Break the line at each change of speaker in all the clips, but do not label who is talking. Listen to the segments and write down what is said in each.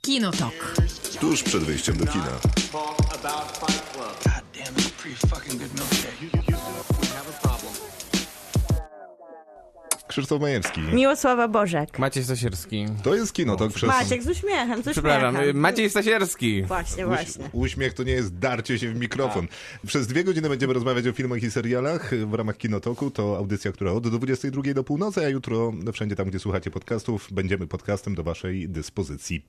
Kinotok.
Tuż przed wyjściem do kina.
God damn, it's a pretty fucking good milkshake. You, you, you we have a problem.
Krzysztof Majewski.
Miłosława Bożek.
Maciej Stasierski.
To jest kinotok przez...
Maciek z uśmiechem, z uśmiechem.
Przepraszam, y, Maciej Stasierski.
Właśnie, właśnie. Tak.
Uśmiech to nie jest darcie się w mikrofon. Przez dwie godziny będziemy rozmawiać o filmach i serialach w ramach Kinotoku. To audycja, która od 22 do północy, a jutro wszędzie tam, gdzie słuchacie podcastów, będziemy podcastem do waszej dyspozycji.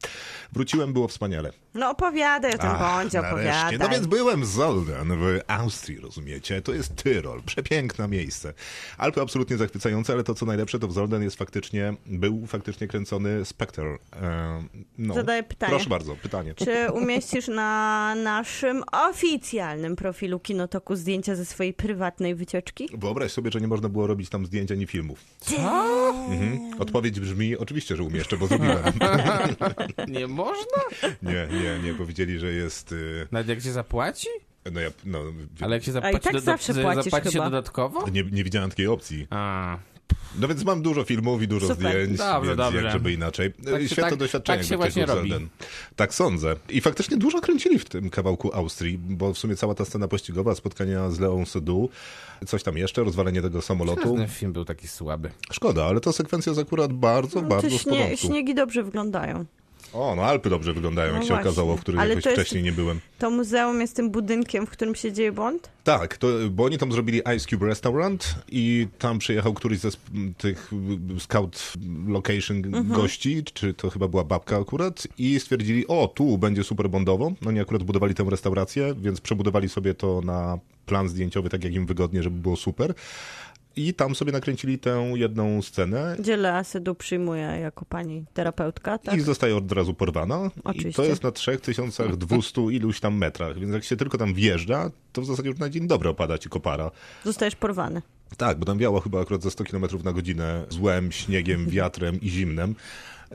Wróciłem, było wspaniale.
No opowiadaj o tym,
Ach,
bądź opowiadaj.
No więc byłem z Zolden w Austrii, rozumiecie? To jest Tyrol, przepiękne miejsce. Alpy absolutnie zachwycające, ale to co najlepsze, to w Zolden jest faktycznie, był faktycznie kręcony Spectre. E, no.
Zadaję pytanie.
Proszę bardzo, pytanie.
Czy umieścisz na naszym oficjalnym profilu Kinotoku zdjęcia ze swojej prywatnej wycieczki?
Wyobraź sobie, że nie można było robić tam zdjęć ani filmów. Mhm. Odpowiedź brzmi, oczywiście, że umieszczę, bo zrobiłem.
Nie można?
nie, nie, nie, powiedzieli, że jest... y,
Nawet jak się zapłaci?
No ja, no,
Ale jak się zapłaci,
tak
doda-
zawsze
z-
płacisz
zapłaci się
chyba.
dodatkowo?
nie, nie widziałem takiej opcji.
A,
No więc mam dużo filmów i dużo
Super.
zdjęć,
Dobrze,
więc
dobrze.
jak żeby inaczej.
Tak się-
Świetne
tak-
doświadczenie.
tak się
jakby
właśnie
ktoś był
robi.
Zelden. Tak sądzę. I faktycznie dużo kręcili w tym kawałku Austrii, bo w sumie cała ta scena pościgowa, spotkania z Leą Sodu, coś tam jeszcze, rozwalenie tego samolotu.
ten film był taki słaby.
Szkoda, ale ta sekwencja jest akurat bardzo, bardzo
Te
w porządku.
śnie, śniegi dobrze wyglądają.
O, no Alpy dobrze wyglądają, jak się
No właśnie.
okazało, w których
Ale
jakoś
to jest-
wcześniej nie byłem.
To muzeum jest tym budynkiem, w którym się dzieje Bond?
Tak, to, bo oni tam zrobili Ice Cube Restaurant i tam przyjechał któryś ze sp- m, tych m, scout location g-
Mhm.
gości, czy to chyba była babka akurat, i stwierdzili, o, tu będzie super bondowo. Oni akurat budowali tę restaurację, więc przebudowali sobie to na plan zdjęciowy, tak jak im wygodnie, żeby było super. I tam sobie nakręcili tę jedną scenę
Gdzie Lea Sedu przyjmuje jako pani terapeutka, tak?
I zostaje od razu porwana. I to
Oczywiście.
jest na 3200 iluś tam metrach, więc jak się tylko tam wjeżdża, to w zasadzie już na dzień dobry opada ci kopara.
Zostajesz porwany.
Tak, bo tam wiało chyba akurat ze 100 km na godzinę złem, śniegiem, wiatrem i zimnem.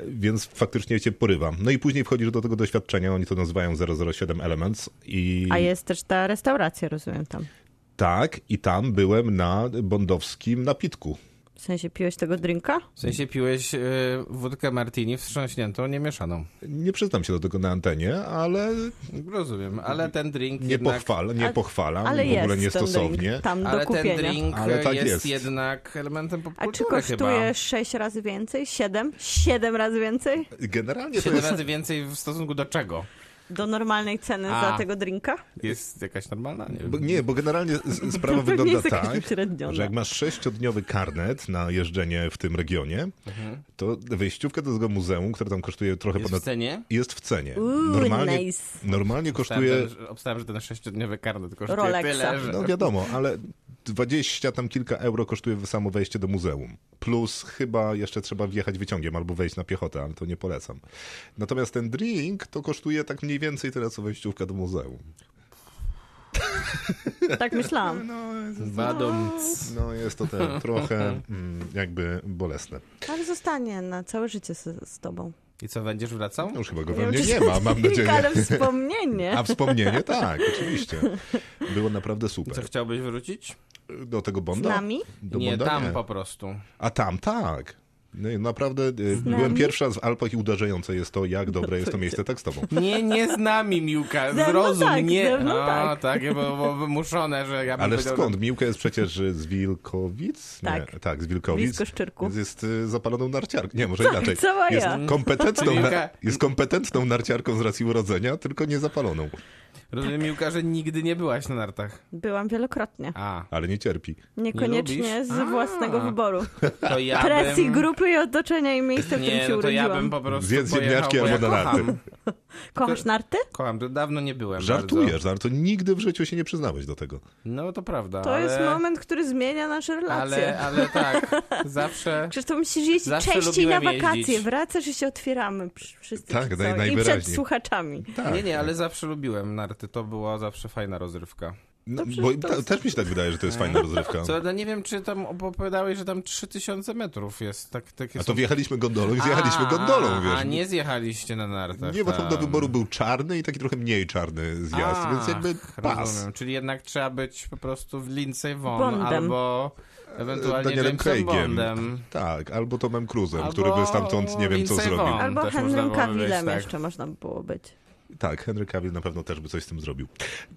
Więc faktycznie cię porywam. No i później wchodzisz do tego doświadczenia, oni to nazywają 007 Elements. I
A jest też ta restauracja, rozumiem tam.
tak, i tam byłem na bondowskim napitku.
W sensie piłeś tego drinka?
W sensie piłeś y, wódkę martini wstrząśniętą, niemieszaną.
Nie przyznam się do tego na antenie, ale
Rozumiem, ale ten drink
nie
jednak...
pochwalam, nie
A-
pochwalam,
ale
w ogóle
jest
niestosownie.
ten drink tam
Ale
do
ten
kupienia.
drink
Ale
y,
tak
jest,
jest.
jednak elementem
A czy
popkultury chyba.
kosztuje sześć razy więcej? siedem siedem razy więcej?
Generalnie to
Siedem
jest
razy więcej w stosunku do czego?
Do normalnej ceny
A.
za tego drinka?
Jest jakaś normalna? Nie
Bo,
wiem.
nie, bo generalnie z- sprawa
pewnie
wygląda
jest jakaś
tak,
uśredniona.
że jak masz sześciodniowy karnet na jeżdżenie w tym regionie, to wyjściówka do tego muzeum, które tam kosztuje trochę
Mhm. Jest w
ponad...
cenie?
Jest w cenie.
Uuu,
normalnie,
nice.
normalnie
Obstałem,
kosztuje...
ten, obstałem, że ten sześciodniowy karnet kosztuje
Rolexa.
tyle, że...
No wiadomo, ale 20 tam kilka euro kosztuje samo wejście do muzeum. Plus chyba jeszcze trzeba wjechać wyciągiem albo wejść na piechotę, ale to nie polecam. Natomiast ten drink to kosztuje tak mniej więcej tyle, co wejściówka do muzeum.
Tak myślałam.
Badum.
No jest to ten, trochę mm, jakby bolesne.
Ale zostanie na całe życie z, z tobą.
I co, będziesz wracał?
No już chyba go
wiem,
we mnie
czy
nie
to
ma, mam nadzieję.
Ale wspomnienie.
A wspomnienie, tak, oczywiście. Było naprawdę
Co
super.
chciałbyś wrócić?
Do tego
Z
Bonda?
nami?
Do
nie,
Bonda?
tam
nie.
po prostu.
A tam, tak. No i naprawdę y, byłem
nami?
pierwszy raz w Alpach i uderzające jest to, jak dobre jest to miejsce tekstowo.
Nie, nie z nami, Miłka,
mną
zrozum,
tak,
nie.
ze mną
A,
tak.
takie bo, bo wymuszone, że ja bym
Ale
powiedział,
skąd? Miłka jest przecież y, z Wilkowic? Nie,
Tak.
tak, z Wilkowic.
Blisko Szczyrku. Tak,
Więc Jest y, zapaloną narciarką. Nie, może inaczej.
cała
jest,
ja.
kompetentną, na,
Miłka-
jest kompetentną narciarką z racji urodzenia, tylko nie zapaloną.
Rozumiem, Miłka, że nigdy nie byłaś na nartach.
Byłam wielokrotnie.
A,
Ale nie cierpi.
Niekoniecznie
lubisz?
z
A.
własnego wyboru.
to ja
Presji
bym...
grupy i otoczenia i miejsca, w którym
Nie,
się
no to ja
urodziłam.
bym po prostu
Zjedz
pojechał,
ziemniaczki
bo ja
albo na narty.
kocham.
Kochasz narty?
Kocham, to dawno nie byłem bardzo.
Żartujesz, ale to nigdy w życiu się nie przyznałeś do tego.
No to prawda,
To
ale...
jest moment, który zmienia nasze relacje.
Ale, ale tak, zawsze...
Krzysztof, musisz jeździć
Zawsze
częściej na
lubiłem
wakacje.
jeździć.
Wracasz i się otwieramy przy- wszyscy
Tak,
przed
naj-
sobą i przed
najwyraźniej.
słuchaczami.
Tak.
Nie, nie, ale zawsze lubiłem narty, to była zawsze fajna rozrywka.
No,
Dobrze,
bo
to
ta, też mi się tak wydaje, że to jest fajna rozrywka.
Co, no nie wiem, czy tam opowiadałeś, że tam 3000 metrów jest, tak, takie
A
są
to wjechaliśmy gondolą i zjechaliśmy gondolą, wiesz.
A nie zjechaliście na nartach.
nie, bo tam do
tam.
wyboru był czarny i taki trochę mniej czarny zjazd,
Ach,
więc jakby pas.
Rozumiem, czyli jednak trzeba być po prostu w lince won
Bondem.
albo Ewentualnie
Danielem
Jamesem
Craigiem.
Bondem.
Tak, albo Tomem Cruisem,
Albo
który by stamtąd nie wiem co
Lindsay
zrobił.
Vonn.
Albo
też można
Henrym
było wyjść,
Cavillem
tak.
jeszcze można by było być.
Tak, Henry Cavill na pewno też by coś z tym zrobił.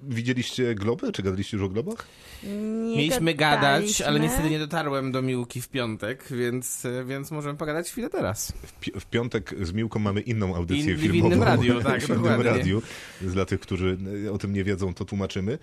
Widzieliście Globy? Czy gadaliście już o Globach?
Nie
Mieliśmy gadać, ale
gadaliśmy.
niestety nie dotarłem do Miłki w piątek, więc, e, więc możemy pogadać chwilę teraz.
W, pi- w piątek z Miłką mamy inną audycję
In- w
filmową.
innym radiu, tak,
W innym
dokładnie.
radiu. Dla tych, którzy e, o tym nie wiedzą, to tłumaczymy.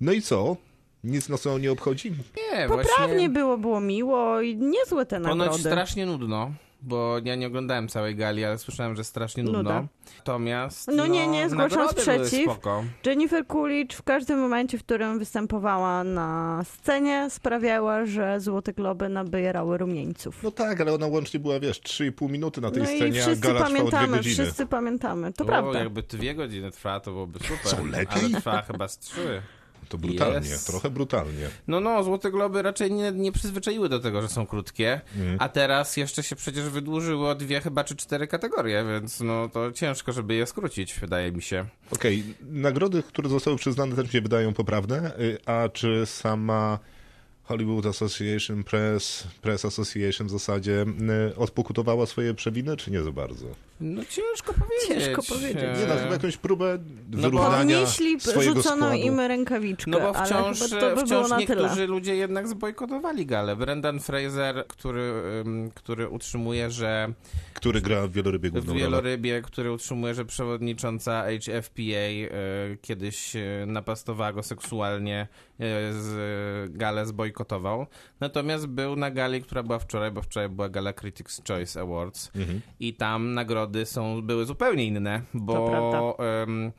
No i co? Nic nas to nie obchodzi?
Nie,
Poprawnie
właśnie
było, było miło i niezłe te
ponoć
nagrody.
strasznie nudno, bo ja nie oglądałem całej gali, ale słyszałem, że strasznie nudno.
Nuda.
Natomiast
No nie, nie, zgłaszam
nagrody były
sprzeciw.
Spoko.
Jennifer Coolidge w każdym momencie, w którym występowała na scenie, sprawiała, że Złote Globy nabierały rumieńców.
No tak, ale ona łącznie była, wiesz, 3,5 minuty na tej
No i
scenie, a
wszyscy
gala trwała 2
pamiętamy,
godziny.
wszyscy pamiętamy. To
O,
prawda.
No, jakby dwie godziny trwała, to byłoby super.
Co, lepiej?
Ale trwała chyba z trzy.
To brutalnie,
Yes.
trochę brutalnie.
No no, Złote Globy raczej nie, nie przyzwyczaiły do tego, że są krótkie,
Mhm.
a teraz jeszcze się przecież wydłużyło o dwie chyba czy cztery kategorie, więc no to ciężko, żeby je skrócić, wydaje mi się.
Okej, nagrody, które zostały przyznane, też mi się wydają poprawne. Y, A czy sama Hollywood Association Press, Press Association w zasadzie y, odpokutowała swoje przewiny, czy nie za bardzo?
No ciężko powiedzieć.
Ciężko powiedzieć.
E,
Nie no, chyba jakąś próbę
bo-
wyrównania
No Podnieśli
swojego
rzuconą
składu.
im rękawiczkę,
No bo
ale
wciąż,
chyba to by było
wciąż
na
niektórzy
tyle.
ludzie jednak zbojkotowali galę. Brendan Fraser, który, ym, który utrzymuje, że
Który gra w wielorybie
w
główną rolę.
wielorybie, który utrzymuje, że przewodnicząca HFPA y, kiedyś y, napastowała go seksualnie, y, z, y, galę zbojkotował. Natomiast był na gali, która była wczoraj, bo wczoraj była gala Critics' Choice Awards i tam nagrody są, były zupełnie inne, bo... ym,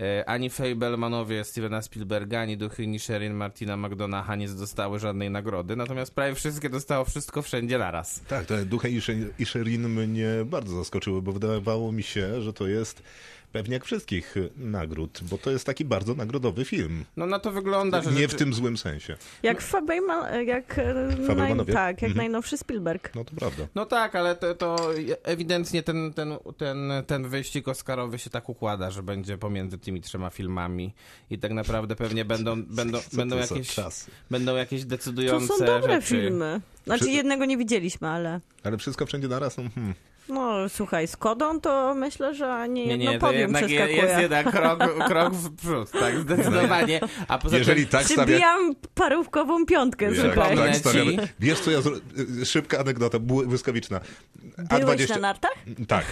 E, Ani Fabelmanowie Stevena Spielberga, ani Duchyni Sherin Martina McDonagha nie dostały żadnej nagrody, natomiast prawie wszystkie dostało wszystko wszędzie naraz.
Tak, te duchy i Sher- i Sherin mnie bardzo zaskoczyły, bo wydawało mi się, że to jest pewnie jak wszystkich y, nagród, bo to jest taki bardzo nagrodowy film.
No na to wygląda, że...
Nie w
rzeczy-
tym złym sensie.
Jak Fabejman, jak, e, naj,
Fabelmanowie?
tak, jak najnowszy Spielberg.
No to prawda.
No tak, ale to, to ewidentnie ten, ten, ten, ten wyścig Oscarowy się tak układa, że będzie pomiędzy tymi trzema filmami i tak naprawdę pewnie będą, będą,
Co
będą,
to za
jakieś,
czasy?
będą jakieś
To
decydujące
są dobre
rzeczy.
filmy. Znaczy
Przy-
jednego nie widzieliśmy, ale
Ale wszystko wszędzie naraz. No, hmm.
no słuchaj, z Kodą to myślę, że nie no,
Nie,
jedno
nie, to
podium
jednak je-
przeskakuje.
jest jednak krok, krok w przód, tak, zdecydowanie. A poza
Jeżeli
tym,
tak stawia...
Przybijam parówkową piątkę,
Jak
słuchaj.
Przypomnę
tak
ci.
stawiamy. Wiesz co ja zro... y, Szybka anegdota, bły- błyskawiczna.
Byłeś na nartach?
Tak,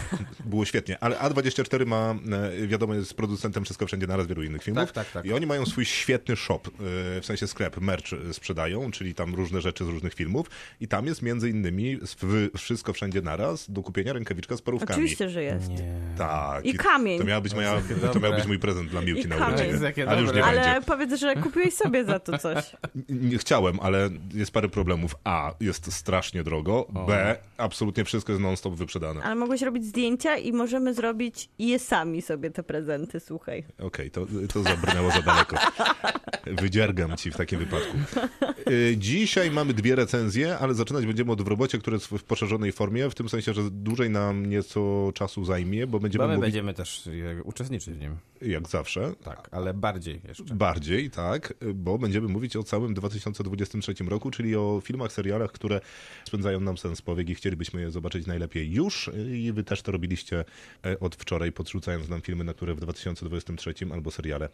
było świetnie. Ale A24 ma, e, wiadomo, jest producentem Wszystko Wszędzie Naraz, wielu innych filmów.
Tak, tak, tak.
I oni mają swój świetny shop, e, w sensie sklep, merch e, sprzedają, czyli tam różne rzeczy z różnych filmów. I tam jest między innymi w Wszystko Wszędzie Naraz do kupienia rękawiczka z parówkami.
Oczywiście, że jest.
Tak.
I kamień.
To, miała być moja, to miał
No, dobre.
być mój prezent dla Miłki
I
na
kamień.
urodziny.
Jakie
Ale już
dobre.
nie
Ale
będzie.
powiedz, że kupiłeś sobie za to coś.
Nie chciałem, ale jest parę problemów. A, jest strasznie drogo. B, absolutnie wszystko jest non-stop wyprzedane.
Ale mogłeś robić zdjęcia i możemy zrobić je sami sobie te prezenty, słuchaj.
Okej, to, to zabrnęło za daleko. Wydziergam ci w takim wypadku. Y, Dzisiaj mamy dwie recenzje, ale zaczynać będziemy od w robocie, które jest w poszerzonej formie, w tym sensie, że dłużej nam nieco czasu zajmie, bo będziemy
Bo my
mówić
będziemy też e, uczestniczyć w nim,
jak zawsze.
tak, ale bardziej jeszcze.
Bardziej, tak, bo będziemy mówić o całym 2023 roku, czyli o filmach, serialach, które spędzają nam sens powiek i chcielibyśmy je zobaczyć najlepiej już. I wy też to robiliście e, od wczoraj, podrzucając nam filmy, na które w 2023 albo seriale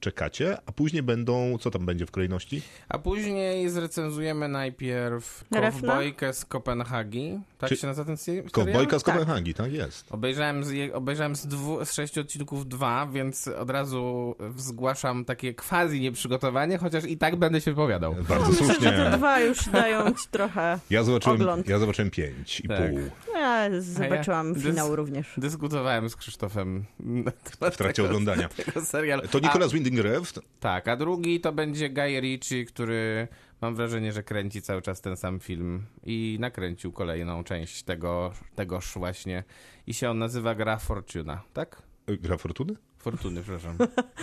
czekacie, a później będą, co tam będzie w kolejności?
A później zrecenzujemy najpierw
Refna?
Kowbojkę z Kopenhagi. Tak
Czy-
się nazywa ten se- serial?
Kowbojka z
Tak.
Kopenhagi, tak jest.
Obejrzałem z, je- obejrzałem z, dwu, z sześciu odcinków dwa, więc od razu zgłaszam takie quasi nieprzygotowanie, chociaż i tak będę się wypowiadał.
Bardzo
No, Myślę, że te
słusznie.
dwa już dają ci trochę.
Ja zobaczyłem,
ogląd.
ja zobaczyłem pięć i
Tak.
pół.
Ja zobaczyłam
dys-
finał również.
Dyskutowałem z Krzysztofem na temat
W trakcie
Tak.
tego,
oglądania.
tego serialu.
To
A-
Nicolas Winding Refn,
Tak, a drugi to będzie Guy Ritchie, który mam wrażenie, że kręci cały czas ten sam film i nakręcił kolejną część tego, tegoż właśnie. I się on nazywa Gra Fortuna, tak?
Gra Fortuny?
Fortuny, przepraszam.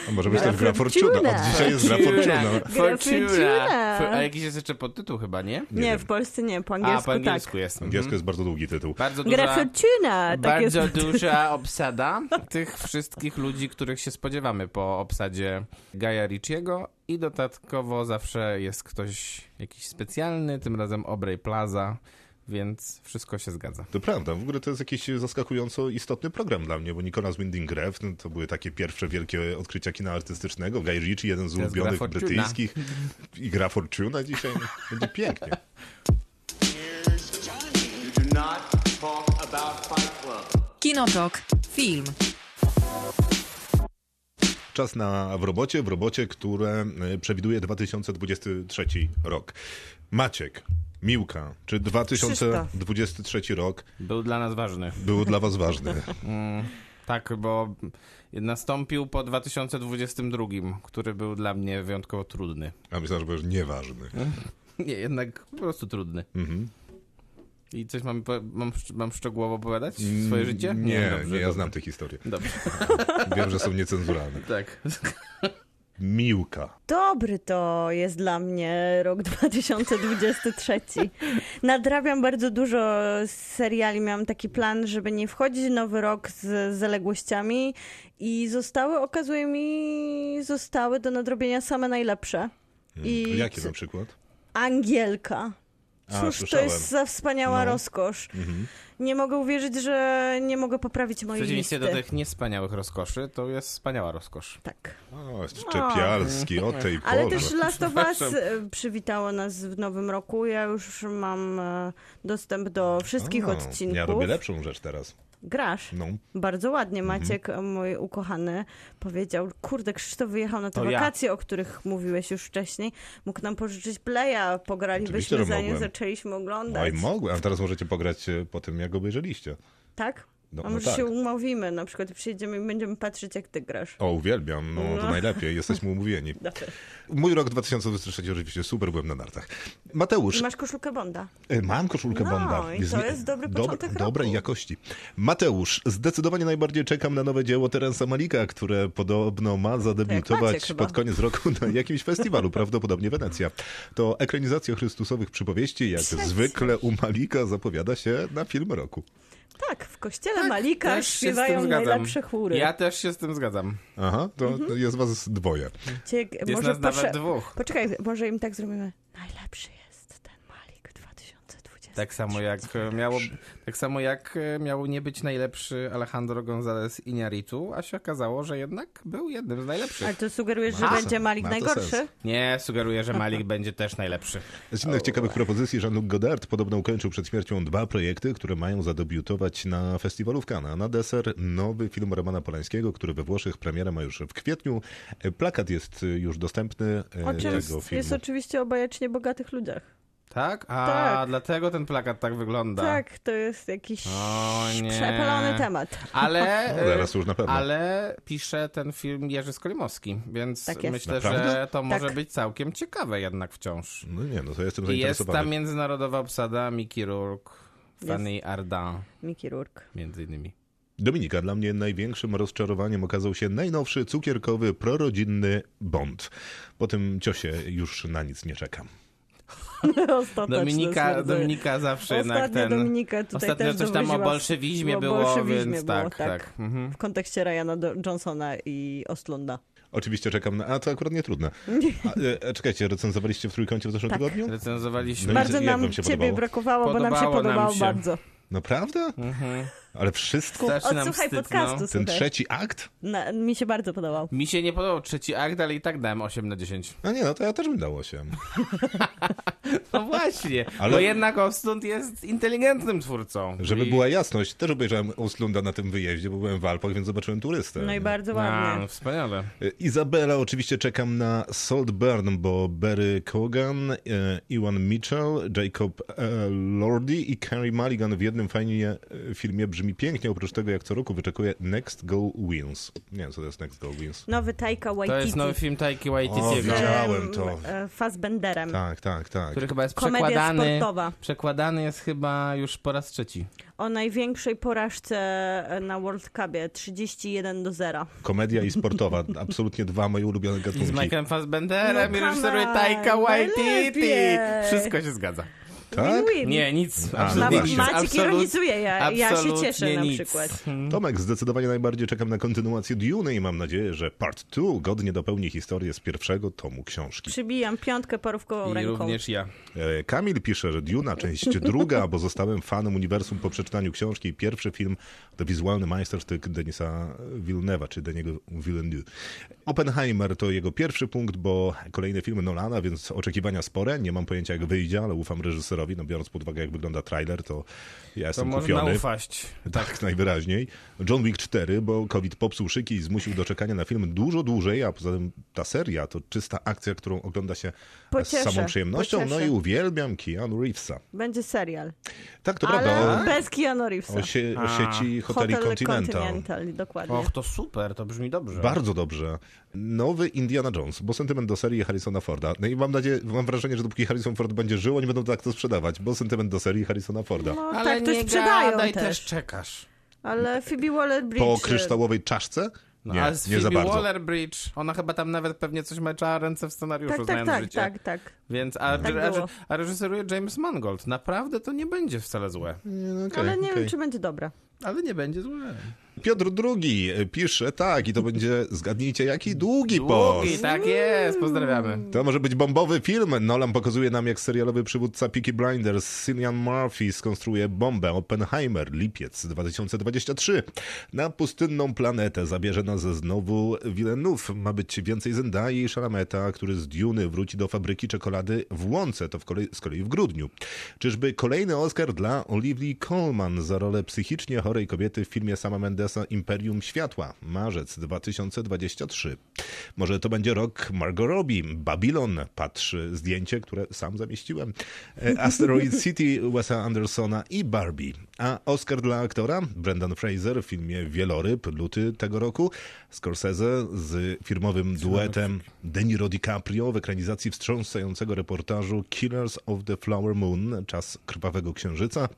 A może być
Gra
też Gra Fortuna.
Fortuna.
Od dzisiaj jest Gra Fortuna.
Gra Fortuna.
For- A jakiś jest jeszcze podtytuł chyba, nie?
Nie
Nie,
wiem.
w Polsce nie, po
A,
angielsku,
po angielsku
tak.
jest.
Po
mhm. Tak.
angielsku jest bardzo długi tytuł.
Bardzo
Gra
duża,
Fortuna, tak jest.
bardzo duża obsada tych wszystkich ludzi, których się spodziewamy po obsadzie Gaja Ricciego i dodatkowo zawsze jest ktoś jakiś specjalny, tym razem Obrej Plaza, więc wszystko się zgadza.
To prawda, w ogóle to jest jakiś zaskakująco istotny program dla mnie, bo Nicolas Winding Refn no, to były takie pierwsze wielkie odkrycia kina artystycznego, Guy Ritchie, jeden z
Teraz gra
ulubionych
Fortuna.
brytyjskich i gra Fortuna dzisiaj, będzie pięknie.
You do not talk about Fight Club.
Kinotok. Film.
Czas na w robocie, w robocie, które y, przewiduje 2023 rok. Maciek, Miłka, czy 2023 rok
Był dla nas ważny.
był dla was ważny?
Tak, bo nastąpił po 2022, który był dla mnie wyjątkowo trudny.
A myślałem, że będziesz nieważny.
Nie, jednak po prostu trudny.
Mhm.
I coś mam, po- mam, szcz- mam szczegółowo opowiadać? Swoje życie?
Nie, Mm, nie,
dobrze,
ja
dobrze.
znam te historie.
Dobrze,
Wiem, że są niecenzuralne.
tak.
Miłka.
Dobry to jest dla mnie rok 2023. Nadrabiam bardzo dużo seriali. Miałam taki plan, żeby nie wchodzić w nowy rok z zaległościami i zostały, okazuje mi, zostały do nadrobienia same najlepsze. I
Jakie na przykład?
Angielka.
A,
Cóż, to
słyszałem.
jest za wspaniała
No.
rozkosz. Nie mogę uwierzyć, że nie mogę poprawić
W
mojej
przeciwieństwie
listy.
do tych niespaniałych rozkoszy, to jest wspaniała rozkosz.
Tak.
O, Szczepialski, o tej
Ale
porze.
no
też Last of Us e, przywitało nas w nowym roku. Ja już mam e, dostęp do wszystkich
A,
odcinków.
Ja robię lepszą rzecz teraz.
Grasz.
No.
Bardzo ładnie
Mhm.
Maciek, e, mój ukochany, powiedział, kurde, Krzysztof wyjechał na te
To ja.
wakacje, o których mówiłeś już wcześniej. Mógł nam pożyczyć Playa,
Oczywiście,
pogralibyśmy
że
zanim
mogłem.
zaczęliśmy
No i
oglądać.
mogłem, a teraz możecie pograć e, po tym, jak obejrzeliście.
tak?
No,
A
no
może
tak.
się umówimy, na przykład przyjedziemy i będziemy patrzeć, jak ty grasz.
O, uwielbiam, no to
No.
najlepiej, jesteśmy umówieni.
Dobrze.
Mój rok 2023 oczywiście super, byłem na nartach. Mateusz,
Masz koszulkę Bonda.
e, mam koszulkę
No,
Bonda.
i to jest dobry początek roku.
Dobrej jakości. Mateusz, zdecydowanie najbardziej czekam na nowe dzieło Terensa Malika, które podobno ma
Maciek
zadebiutować
chyba.
pod koniec roku na jakimś festiwalu, prawdopodobnie Wenecja. To ekranizacja Chrystusowych przypowieści, jak zwykle u Malika zapowiada się na film roku.
Tak, w kościele Malika
Też się z tym
Tak, śpiewają
zgadzam.
najlepsze chóry.
Ja też się z tym zgadzam.
Aha, to
Mhm.
jest was dwoje.
Cie,
Jest
może
nas nawet
posze-
dwóch.
Poczekaj, może im tak zrobimy. Najlepszy jest ten Malik 2020.
Tak samo jak e, miało, tak samo jak e, miał nie być najlepszy Alejandro González Iñárritu, a się okazało, że jednak był jednym z najlepszych.
Ale to sugerujesz, że
Ma-
będzie Malik
ma to
najgorszy?
sens.
Nie, sugeruję, że Malik będzie też najlepszy.
Z innych ciekawych propozycji Jean-Luc Godard podobno ukończył przed śmiercią dwa projekty, które mają zadebiutować na festiwalu w Cannes. A Na deser nowy film Romana Polańskiego, który we Włoszech premiera ma już w kwietniu. E, Plakat jest e, już dostępny e,
O czym
tego
jest,
filmu.
jest oczywiście o bajecznie bogatych ludziach.
Tak? A,
Tak.
dlatego ten plakat tak wygląda.
Tak, to jest jakiś
O nie.
przepalony temat.
Ale, e,
No, zaraz już na pewno.
ale pisze ten film Jerzy Skolimowski, więc
Tak jest.
myślę, że
Naprawdę?
to może
Tak.
być całkiem ciekawe jednak wciąż.
No nie, no to ja jestem
I jest ta
zainteresowany.
międzynarodowa obsada Mickey Rourke, Fanny Ardant
Miki Rourke.
między innymi.
Dominika, dla mnie największym rozczarowaniem okazał się najnowszy cukierkowy, prorodzinny Bond. Po tym ciosie już na nic nie czekam.
Ostateczne
Dominika,
stwierdzenie.
Dominika zawsze jednak
Ostatnio
ten...
Dominika tutaj
Ostatnio
też
coś tam o
dowoziła-
bolszewizmie
o
było,
bolszewizmie
więc
było,
tak,
tak.
tak. Mhm.
W kontekście Ryana do- Johnsona i Ostlunda.
Oczywiście czekam na... A to akurat nie trudne. A, e, e, czekajcie, recenzowaliście w Trójkącie w zeszłym
Tak.
tygodniu?
Recenzowaliśmy...
No i
Bardzo
jak
nam
wam się
ciebie
podobało?
brakowało, bo nam się
Podobało nam
podobało
się.
bardzo.
Naprawdę?
Mhm.
Ale wszystko?
Strasznie nam
Odsłuchaj
wstyd,
podcastu,
Ten
no.
słuchaj.
trzeci akt?
Na, mi się bardzo podobał.
Mi się nie podobał trzeci akt, ale i tak dałem 8 na 10.
No nie, no to ja też bym dał 8.
No właśnie,
Ale-
bo jednak Ostund jest inteligentnym twórcą.
Żeby
I-
była jasność, też obejrzałem Oslunda na tym wyjeździe, bo byłem w Alpach, więc zobaczyłem turystę. E,
No i bardzo
A, no
ładnie.
wspaniale.
Izabela, oczywiście czekam na Saltburn, bo Barry Cogan, e, Iwan Mitchell, Jacob e, Lordy i Carey Mulligan w jednym fajnie e, filmie brzmi pięknie, oprócz tego jak co roku wyczekuje Next Go Wins. Nie wiem, co to jest Next Go Wins.
Nowy Taika
To
Waititi.
jest nowy film Taiki
O,
Waititiego,
widziałem. Widziałem
em,
to.
e, Fassbenderem.
Tak, tak, tak.
który chyba jest
Komedia
przekładany.
sportowa.
Przekładany jest chyba już po raz trzeci.
O największej porażce e, na World Cupie 31 do 0.
Komedia i sportowa. Absolutnie dwa moje ulubione
I z
gatunki.
Michaelem Fassbenderem
No
i reżyseruje
come on,
Taika Waititi.
najlepiej.
Wszystko się zgadza.
Tak?
Win-win.
Nie, nic.
A, no
absolutnie
Nawet
nic.
właśnie.
Maciek
absolut-
ironizuje, ja, ja się
absolutnie
cieszę
nic.
na przykład.
Tomek, zdecydowanie najbardziej czekam na kontynuację Dune i mam nadzieję, że part 2 godnie dopełni historię z pierwszego tomu książki.
Przybijam piątkę porówkową
I
ręką.
również ja.
E, Kamil pisze, że Duna, część druga, bo zostałem fanem uniwersum po przeczytaniu książki. Pierwszy film to wizualny majstersztyk Denisa Villeneuve'a, czy Deniego Villeneuve. Oppenheimer to jego pierwszy punkt, bo kolejne filmy Nolana, więc oczekiwania spore. Nie mam pojęcia jak wyjdzie, ale ufam reżyserowi. No biorąc pod uwagę jak wygląda trailer, to ja
To
jestem
można
kupiony.
ufaść.
Tak, najwyraźniej. John Wick 4, bo COVID popsuł szyki i zmusił do czekania na film dużo dłużej, a poza tym ta seria to czysta akcja, którą ogląda się
Pocieszę,
z samą przyjemnością. No
pocieszę.
i uwielbiam Keanu Reevesa.
Będzie serial.
Tak, to
Ale
prawda.
bez Keanu Reevesa.
O, o, sie, o sieci Hoteli
Hotel
Continental.
dokładnie.
Och, to super, to brzmi dobrze.
Bardzo dobrze. Nowy Indiana Jones, bo sentyment do serii Harrisona Forda. No i mam nadzieję, mam wrażenie, że dopóki Harrison Ford będzie żył, oni będą tak to sprzedawać, bo sentyment do serii Harrisona Forda.
No,
Ale
tak to
nie
sprzedają
gadaj,
też.
też czekasz.
Ale Phoebe Waller-Bridge...
Po kryształowej czaszce?
No,
nie,
ale z
nie za
Phoebe
bardzo.
Waller-Bridge, ona chyba tam nawet pewnie coś meczała ręce w
Tak,
scenariuszu,
tak,
znając
tak,
życie.
tak, tak.
Więc, a,
Tak
a,
było.
a reżyseruje James Mangold. Naprawdę to nie będzie wcale złe.
Nie, no okej,
Ale nie
okej.
wiem, czy będzie dobra.
Ale nie będzie złe.
Piotr II pisze tak i to będzie, zgadnijcie, jaki długi,
Długi,
post.
tak jest, pozdrawiamy.
To może być bombowy film. Nolan pokazuje nam, jak serialowy przywódca Peaky Blinders, Cillian Murphy, skonstruuje bombę Oppenheimer, lipiec 2023. Na pustynną planetę zabierze nas znowu Villeneuve. Ma być więcej Zendai i Shalameta, który z Duny wróci do fabryki czekolady w Łące, to w kolei, z kolei w grudniu. Czyżby kolejny Oscar dla Olivii Colman za rolę psychicznie chorej kobiety w filmie Sama Mendesa Imperium Światła, marzec 2023. Może to będzie rok Margot Robbie, Babylon, patrz zdjęcie, które sam zamieściłem, E, Asteroid City Wes'a Andersona i Barbie. A Oscar dla aktora Brendan Fraser w filmie Wieloryb, luty tego roku, Scorsese z firmowym duetem Deniro DiCaprio w ekranizacji wstrząsającego reportażu Killers of the Flower Moon, Czas Krwawego Księżyca.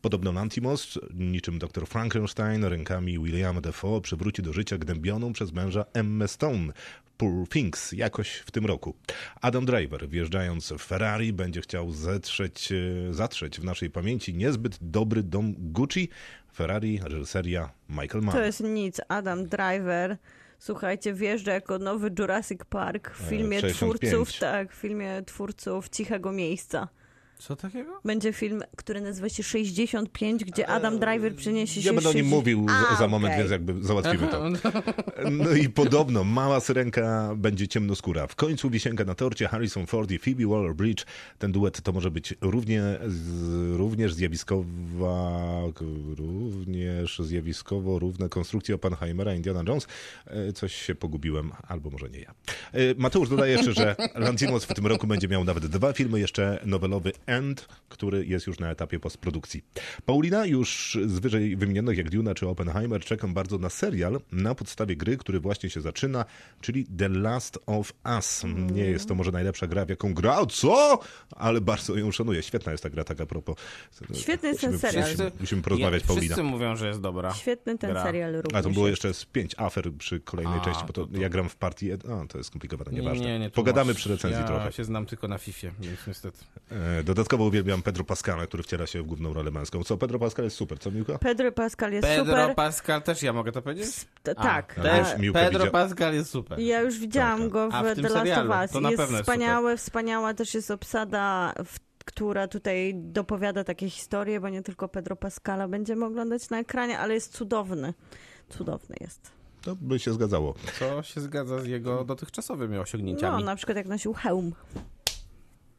Podobno Lantimos, niczym dr Frankenstein, rękami Williama Defoe przywróci do życia gnębioną przez męża Emmę Stone. Poor Things jakoś w tym roku. Adam Driver, wjeżdżając w Ferrari, będzie chciał zetrzeć, e, zatrzeć w naszej pamięci niezbyt dobry dom Gucci. Ferrari, reżyseria Michael Mann.
To jest nic. Adam Driver, słuchajcie, wjeżdża jako nowy Jurassic Park w
E,
filmie
65.
twórców, tak, w filmie twórców Cichego Miejsca.
Co takiego?
Będzie film, który nazywa się 65, gdzie Adam Driver przyniesie się...
E, Ja będę o nim
60
mówił za,
A,
za moment,
okej.
więc jakby załatwimy to. No i podobno mała syrenka będzie ciemnoskóra. W końcu wisienka na torcie Harrison Ford i Phoebe Waller-Bridge. Ten duet to może być równie, z, również zjawiskowa, również zjawiskowo równe konstrukcje Oppenheimera Indiana Jones. E, Coś się pogubiłem, albo może nie ja. E, Mateusz dodaje jeszcze, że Lantimos w tym roku będzie miał nawet dwa filmy, jeszcze nowelowy End, który jest już na etapie postprodukcji. Paulina już z wyżej wymienionych jak Duna czy Oppenheimer czekam bardzo na serial na podstawie gry, który właśnie się zaczyna, czyli The Last of Us. Nie jest to może najlepsza gra, w jaką grał, co? Ale bardzo ją szanuję. Świetna jest ta gra, tak a propos.
Świetny jest ten
Musimy-
serial.
Musimy, musimy porozmawiać,
Nie,
Paulina.
Wszyscy mówią, że jest dobra.
Świetny ten
Gra.
serial również.
A to było jeszcze z pięć afer przy kolejnej
A,
części, bo to,
to- to-
ja gram w partii. jed- A, to jest skomplikowane, nieważne.
nie, nie, tu
Pogadamy
masz-
przy recenzji
ja
trochę.
Ja się znam tylko na Fifie, więc niestety.
E, Dodatkowo uwielbiam Pedro Pascala, który wciela się w główną rolę męską. Co, Pedro Pascal jest super, co Miłka?
Pedro Pascal jest
Pedro
super.
Pascal też, ja mogę to powiedzieć?
T-
A,
tak.
też
A-
mi- Miłka
Pedro
widzia-
Pascal jest super.
Ja już widziałam
Tak,
go w,
A w
The
tym
Last
serialu,
of Us.
to na
jest
pewno jest
wspaniałe, wspaniała też jest obsada, w, która tutaj dopowiada takie historie, bo nie tylko Pedro Pascala będziemy oglądać na ekranie, ale jest cudowny. Cudowny jest.
To by się zgadzało.
Co się zgadza z jego dotychczasowymi
No,
osiągnięciami.
na przykład jak nosił hełm.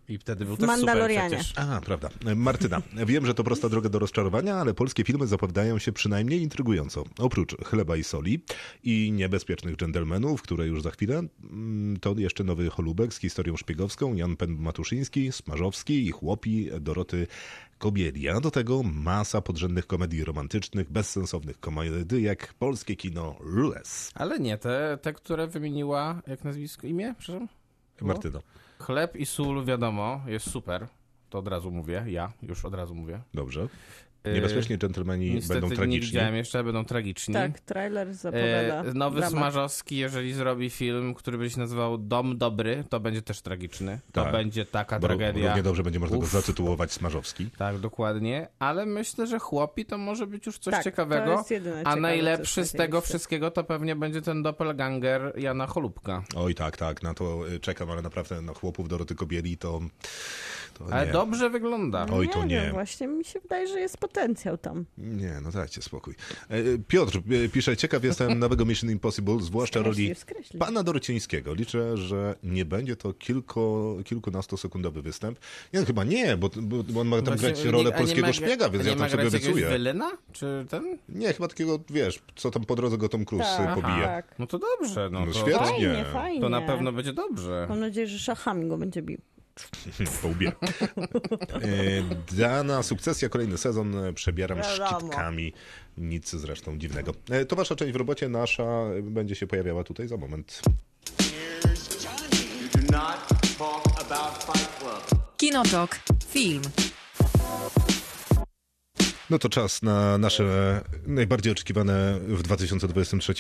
I wtedy był
w
też super
Mandalorianie.
przecież.
A, prawda. E, Martyna, wiem, że to prosta droga do rozczarowania, ale polskie filmy zapowiadają się przynajmniej intrygująco. Oprócz Chleba i Soli i Niebezpiecznych Dżentelmenów, które już za chwilę, mm, to jeszcze nowy Holubek z historią szpiegowską, Jan Pen Matuszyński, Smarzowski i Chłopi Doroty kobielia. Do tego masa podrzędnych komedii romantycznych, bezsensownych komedii, jak polskie kino Rules.
Ale nie, te, te, które wymieniła, jak nazwisko, imię? Przepraszam?
Martyno,
Chleb i sól, wiadomo, jest super. To od razu mówię, ja już od razu mówię.
dobrze.
Yy,
Niebezpieczni dżentelmeni
Niestety
będą
nie
tragiczni.
widziałem jeszcze, będą tragiczni.
Tak, trailer zapowiada.
E, nowy
dramat.
Smarzowski, jeżeli zrobi film, który by się nazywał Dom Dobry, to będzie też tragiczny. To
Tak.
będzie taka
Bo
tragedia.
równie dobrze będzie można
Uff.
go zatytułować Smarzowski.
Tak, dokładnie. Ale myślę, że chłopi to może być już coś
Tak, to
ciekawego.
jest jedyne
a
ciekawe, co
najlepszy z
się
tego
jest.
wszystkiego to pewnie będzie ten doppelganger Jana Cholubka.
Oj tak, tak, na to y, czekam, ale naprawdę na chłopów Doroty Kobieli to... to
Ale
nie.
dobrze wygląda.
Oj, to nie.
Wiem, no właśnie mi się wydaje, że jest potencjał tam.
Nie, no dajcie spokój. E, Piotr e, pisze, ciekaw jestem nowego Mission Impossible, zwłaszcza roli
Skreśli.
pana Dorocińskiego. Liczę, że nie będzie to kilko, kilkunastosekundowy występ. Nie, no, chyba nie, bo, bo, bo on ma tam
Właśnie
grać
nie-
rolę
a nie
polskiego
ma gra-
szpiega,
a
więc
nie
ja
ma
tam sobie
grać jakiegoś
obiecuję.
Welyna? Czy ten?
Nie, chyba takiego, wiesz, co tam po drodze go Tom Cruise
Tak,
e, pobije.
tak.
No to dobrze. No,
No
to,
świetnie.
Fajnie,
To
fajnie.
to na pewno będzie dobrze.
Mam nadzieję, że szachami go będzie bił.
po łbie. E, Dana sukcesja, kolejny sezon, e, przebieram
Wiadomo.
szczytkami. Nic zresztą dziwnego. E, To wasza część w robocie, nasza e, będzie się pojawiała tutaj za moment.
You do not talk about Fight Club.
Kinotok. Film.
No to czas na nasze najbardziej oczekiwane w 2023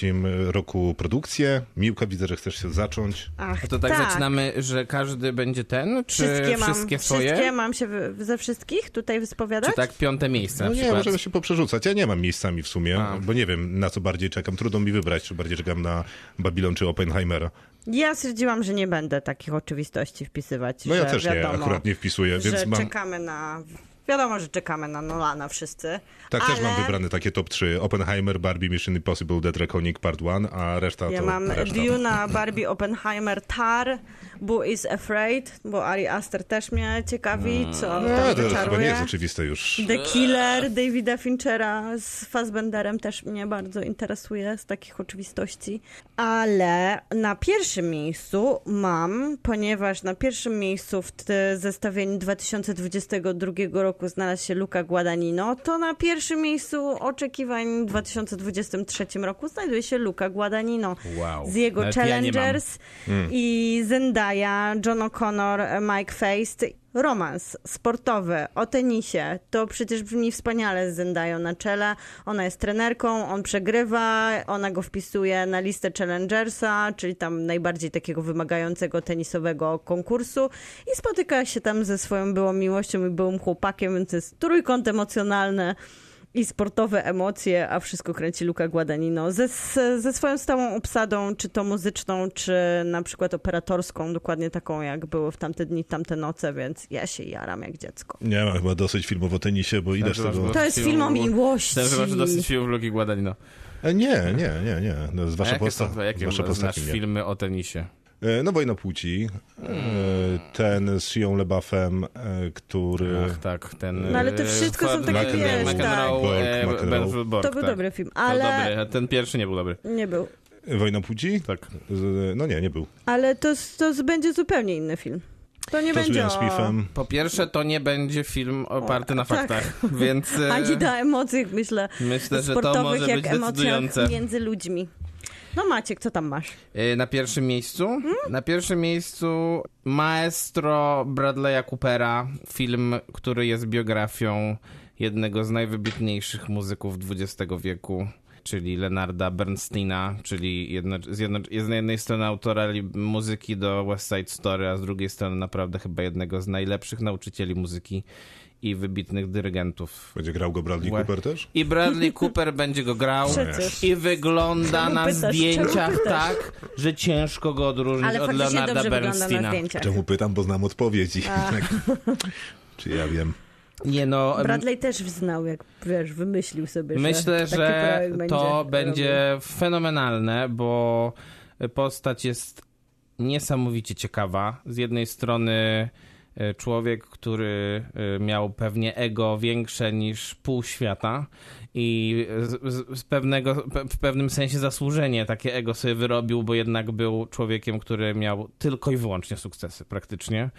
roku produkcje. Miłka, widzę, że chcesz się zacząć.
Ach,
To tak, zaczynamy, że każdy będzie ten, czy
Wszystkie
wszystkie,
mam,
swoje?
wszystkie mam się wy- ze wszystkich tutaj
Czy
wyspowiadać?
tak piąte miejsce
No
na
nie,
przykład?
możemy się poprzerzucać. Ja nie mam miejscami w sumie,
A.
bo nie wiem, na co bardziej czekam. Trudno mi wybrać, czy bardziej czekam na Babylon czy Oppenheimera.
Ja stwierdziłam, że nie będę takich oczywistości wpisywać.
No
że
ja też nie,
wiadomo,
akurat nie wpisuję, więc
że
mam...
czekamy na... Wiadomo, że czekamy na Nolana wszyscy.
Tak,
ale
też mam wybrane takie top 3. Oppenheimer, Barbie, Mission Impossible, Dead Reckoning, Part 1, a reszta
Ja
to
mam
reszta.
Duna, Barbie, Oppenheimer, Tar, Boo is Afraid, bo Ari Aster też mnie ciekawi, co
No,
tam
to już chyba nie
wyczaruje.
jest oczywiste już.
The Killer Davida Finchera z Fassbenderem też mnie bardzo interesuje z takich oczywistości. Ale na pierwszym miejscu mam, ponieważ na pierwszym miejscu w t- zestawieniu 2022 roku znalazł się Luca Guadagnino, to na pierwszym miejscu oczekiwań w 2023 roku znajduje się Luca Guadagnino.
Wow.
Z jego
Nawet ja nie mam. Hmm.
Challengers i Zendaya, John O'Connor, Mike Feist. Romans sportowy o tenisie. To przecież brzmi wspaniale z Zendają na czele. Ona jest trenerką, on przegrywa, ona go wpisuje na listę Challengersa, czyli tam najbardziej takiego wymagającego tenisowego konkursu i spotyka się tam ze swoją byłą miłością i byłym chłopakiem, więc jest trójkąt emocjonalny i sportowe emocje, a wszystko kręci Luca Guadagnino ze, s- ze swoją stałą obsadą, czy to muzyczną, czy na przykład operatorską, dokładnie taką jak było w tamte dni, w tamte noce, więc ja się jaram jak dziecko.
Nie mam chyba dosyć filmów o tenisie, bo idę z
Znaczy,
tego...
masz-
To jest film o miłości.
Też masz dosyć filmów Luki Guadagnino.
E, Nie, nie, nie, nie. No, z
no. A
wasza
jakie
posta...
są, jakie
wasza
znasz
postać nie.
filmy o tenisie?
E, No Wojna Płci, e, ten z Shia LeBuffem, e, który...
Ach, tak, ten...
No ale to
e,
wszystko są
Ford-
takie,
e,
wiesz, tak.
McEnroe, e,
Borg, McEnroe.
Benfield Borg,
To był
tak.
dobry film,
To
ale
dobry, a ten pierwszy nie był dobry.
nie był.
Wojna Płci?
Tak.
Z- No nie, nie był.
Ale to, s- to s- będzie zupełnie inny film. To nie
To z
będzie
Willem
o...
Smithem.
Po pierwsze, to nie będzie film oparty na
tak.
faktach, więc e,
Ani na emocjach, myślę,
myślę, że to
sportowych,
może
jak
być
emocjach
decydujące.
między ludźmi. No Maciek, co tam masz?
E, Na pierwszym miejscu? Na pierwszym miejscu Maestro Bradley'a Coopera, film, który jest biografią jednego z najwybitniejszych muzyków XX wieku, czyli Leonarda Bernsteina, czyli jedno, z, jedno, z jednej strony autora li- muzyki do West Side Story, a z drugiej strony naprawdę chyba jednego z najlepszych nauczycieli muzyki i wybitnych dyrygentów
Będzie grał go Bradley
Ła-
Cooper też?
i Bradley Cooper będzie go grał
Przecież.
i wygląda na
pytasz? Czemu
zdjęciach
pytasz?
tak, że ciężko go odróżnić
Ale
od
faktycznie
Leonarda
dobrze wygląda na
Bernsteina.
zdjęciach.
Czemu pytam, bo znam odpowiedzi. Tak. Czy ja wiem.
Nie no, em,
Bradley też znał, jak wiesz, wymyślił sobie.
myślę,
że,
że to będzie fenomenalne, bo postać jest niesamowicie ciekawa. Z jednej strony e, człowiek, który e, miał pewnie ego większe niż pół świata i z, z- z pewnego, pe, w pewnym sensie zasłużenie takie ego sobie wyrobił, bo jednak był człowiekiem, który miał tylko i wyłącznie sukcesy praktycznie,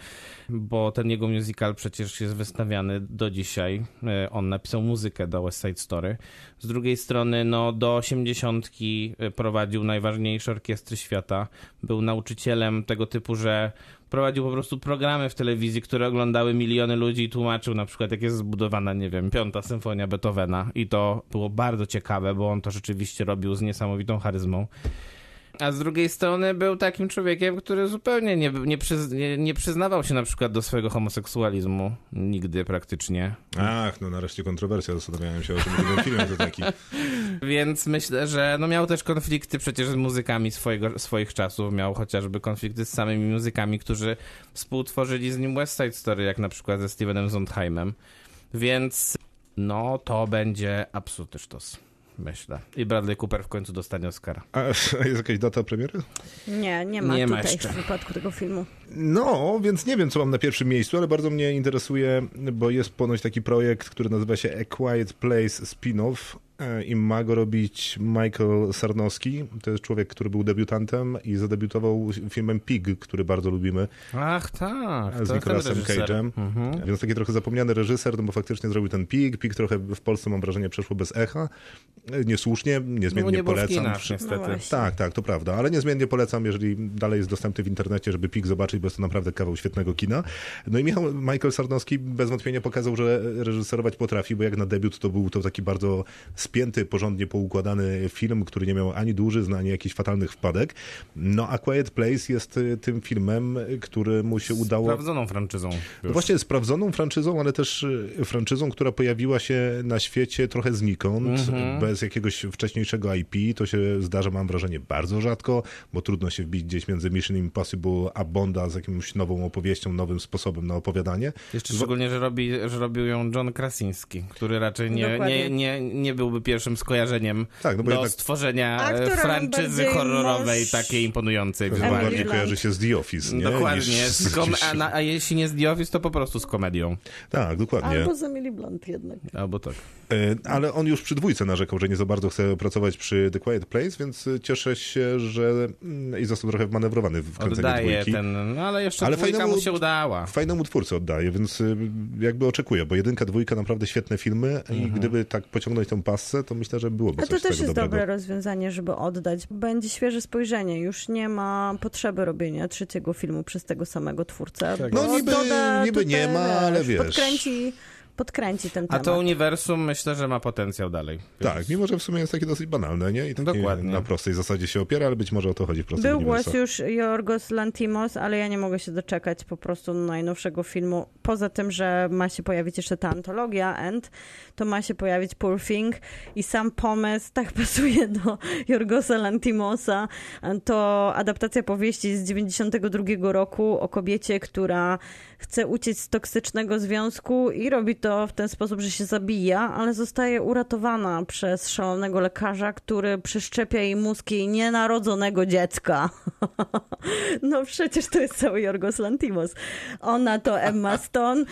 bo ten jego musical przecież jest wystawiany do dzisiaj. E, On napisał muzykę do West Side Story. Z drugiej strony, no do osiemdziesiątki e, prowadził najważniejsze orkiestry świata. Był nauczycielem tego typu, że prowadził po prostu programy w telewizji, które oglądały miliony ludzi i tłumaczył na przykład, jak jest zbudowana, nie wiem, piąta symfonia Beethovena. I to było bardzo ciekawe, bo on to rzeczywiście robił z niesamowitą charyzmą. A z drugiej strony był takim człowiekiem, który zupełnie nie, nie, przyz, nie, nie przyznawał się na przykład do swojego homoseksualizmu. Nigdy praktycznie.
Ach, no nareszcie kontrowersja, zastanawiałem się o czym ten film to taki.
Więc myślę, że no miał też konflikty przecież z muzykami swojego, swoich czasów. Miał chociażby konflikty z samymi muzykami, którzy współtworzyli z nim West Side Story, jak na przykład ze Stevenem Sondheimem. Więc no to będzie absolutny sztos, myślę. I Bradley Cooper w końcu dostanie Oscara.
A jest jakaś data premiery?
Nie, nie ma
Nie ma
tutaj
jeszcze.
w wypadku tego filmu.
No, więc nie wiem, co mam na pierwszym miejscu, ale bardzo mnie interesuje, bo jest ponoć taki projekt, który nazywa się A Quiet Place Spin-off e, i ma go robić Michael Sarnowski. To jest człowiek, który był debiutantem i zadebiutował filmem Pig, który bardzo lubimy,
Ach tak, to
z
ten
Nicolasem
reżyser.
Cage'em.
Mhm.
Więc taki trochę zapomniany reżyser, no bo faktycznie zrobił ten Pig. Pig trochę w Polsce, mam wrażenie, przeszło bez echa. E, Niesłusznie,
No, bo
niezmiennie
nie było w
polecam.
kinach,
No
niestety.
właśnie.
Tak, tak, to prawda, ale niezmiennie polecam, jeżeli dalej jest dostępny w internecie, żeby PIK zobaczyć, bo jest to naprawdę kawał świetnego kina. No i Michał, Michael Sarnowski bez wątpienia pokazał, że reżyserować potrafi, bo jak na debiut to był to taki bardzo spięty, porządnie poukładany film, który nie miał ani dłużyzn, ani jakichś fatalnych wpadek. No a Quiet Place jest y, tym filmem, który mu się udało...
Sprawdzoną franczyzą.
No
Już.
właśnie sprawdzoną franczyzą, ale też y, franczyzą, która pojawiła się na świecie trochę znikąd,
Mhm.
bez jakiegoś wcześniejszego IP. To się zdarza, mam wrażenie, bardzo rzadko, bo trudno się wbić gdzieś między Mission Impossible a Bonda z jakimś nową opowieścią, nowym sposobem na opowiadanie.
Jeszcze szczególnie, że, robi, że robił ją John Krasiński, który raczej nie, nie,
Dokładnie.
nie, nie byłby pierwszym skojarzeniem
Tak, no bo
do
jednak-
stworzenia
A
e,
która
franczyzy
najbardziej
horrorowej
mąż-
takiej imponującej.
To
wizualnie.
bardziej kojarzy się z The Office, nie?
Dokładnie.
Niż
Z kom- a, na, a jeśli nie z The Office, to po prostu z komedią.
Tak, dokładnie.
Albo zamieli blond jednak.
Albo tak.
E, Ale on już przy dwójce narzekał, że nie za bardzo chce pracować przy The Quiet Place, więc e, cieszę się, że mm, i został trochę wmanewrowany w kręceniu
Oddaje
dwójki.
ten. No, ale jeszcze
Ale
ale dwójka
fajnemu-
mu się udała.
Fajnemu twórcy oddaje, więc y, jakby oczekuję, bo jedynka, dwójka naprawdę świetne filmy
Mhm.
i gdyby tak pociągnąć tą pasę, to myślę, że byłoby
A
coś
to
z tego
też jest
dobrego.
dobre rozwiązanie, żeby oddać. Będzie świeże spojrzenie. Już nie ma potrzeby robienia trzeciego filmu przez tego samego twórcę.
Tak.
bo
No niby-
doda
niby
tutaj,
nie ma, ale wiesz.
Podkręci, podkręci ten
A
temat.
to uniwersum myślę, że ma potencjał dalej.
Tak, mimo że w sumie jest takie dosyć banalne, nie? I takie
Dokładnie.
na prostej zasadzie się opiera, ale być może o to chodzi w prostym
Był głos
uniwersum.
już Jorgos Lantimos, ale ja nie mogę się doczekać po prostu najnowszego filmu. Poza tym, że ma się pojawić jeszcze ta antologia End, to ma się pojawić Poor Thing i sam pomysł tak pasuje do Jorgosa Lantimosa. To adaptacja powieści z 92 roku o kobiecie, która chce uciec z toksycznego związku i robi to w ten sposób, że się zabija, ale zostaje uratowana przez szalonego lekarza, który przeszczepia jej mózg jej nienarodzonego dziecka. No przecież to jest cały Jorgos Lantimos. Ona to Emma Stone,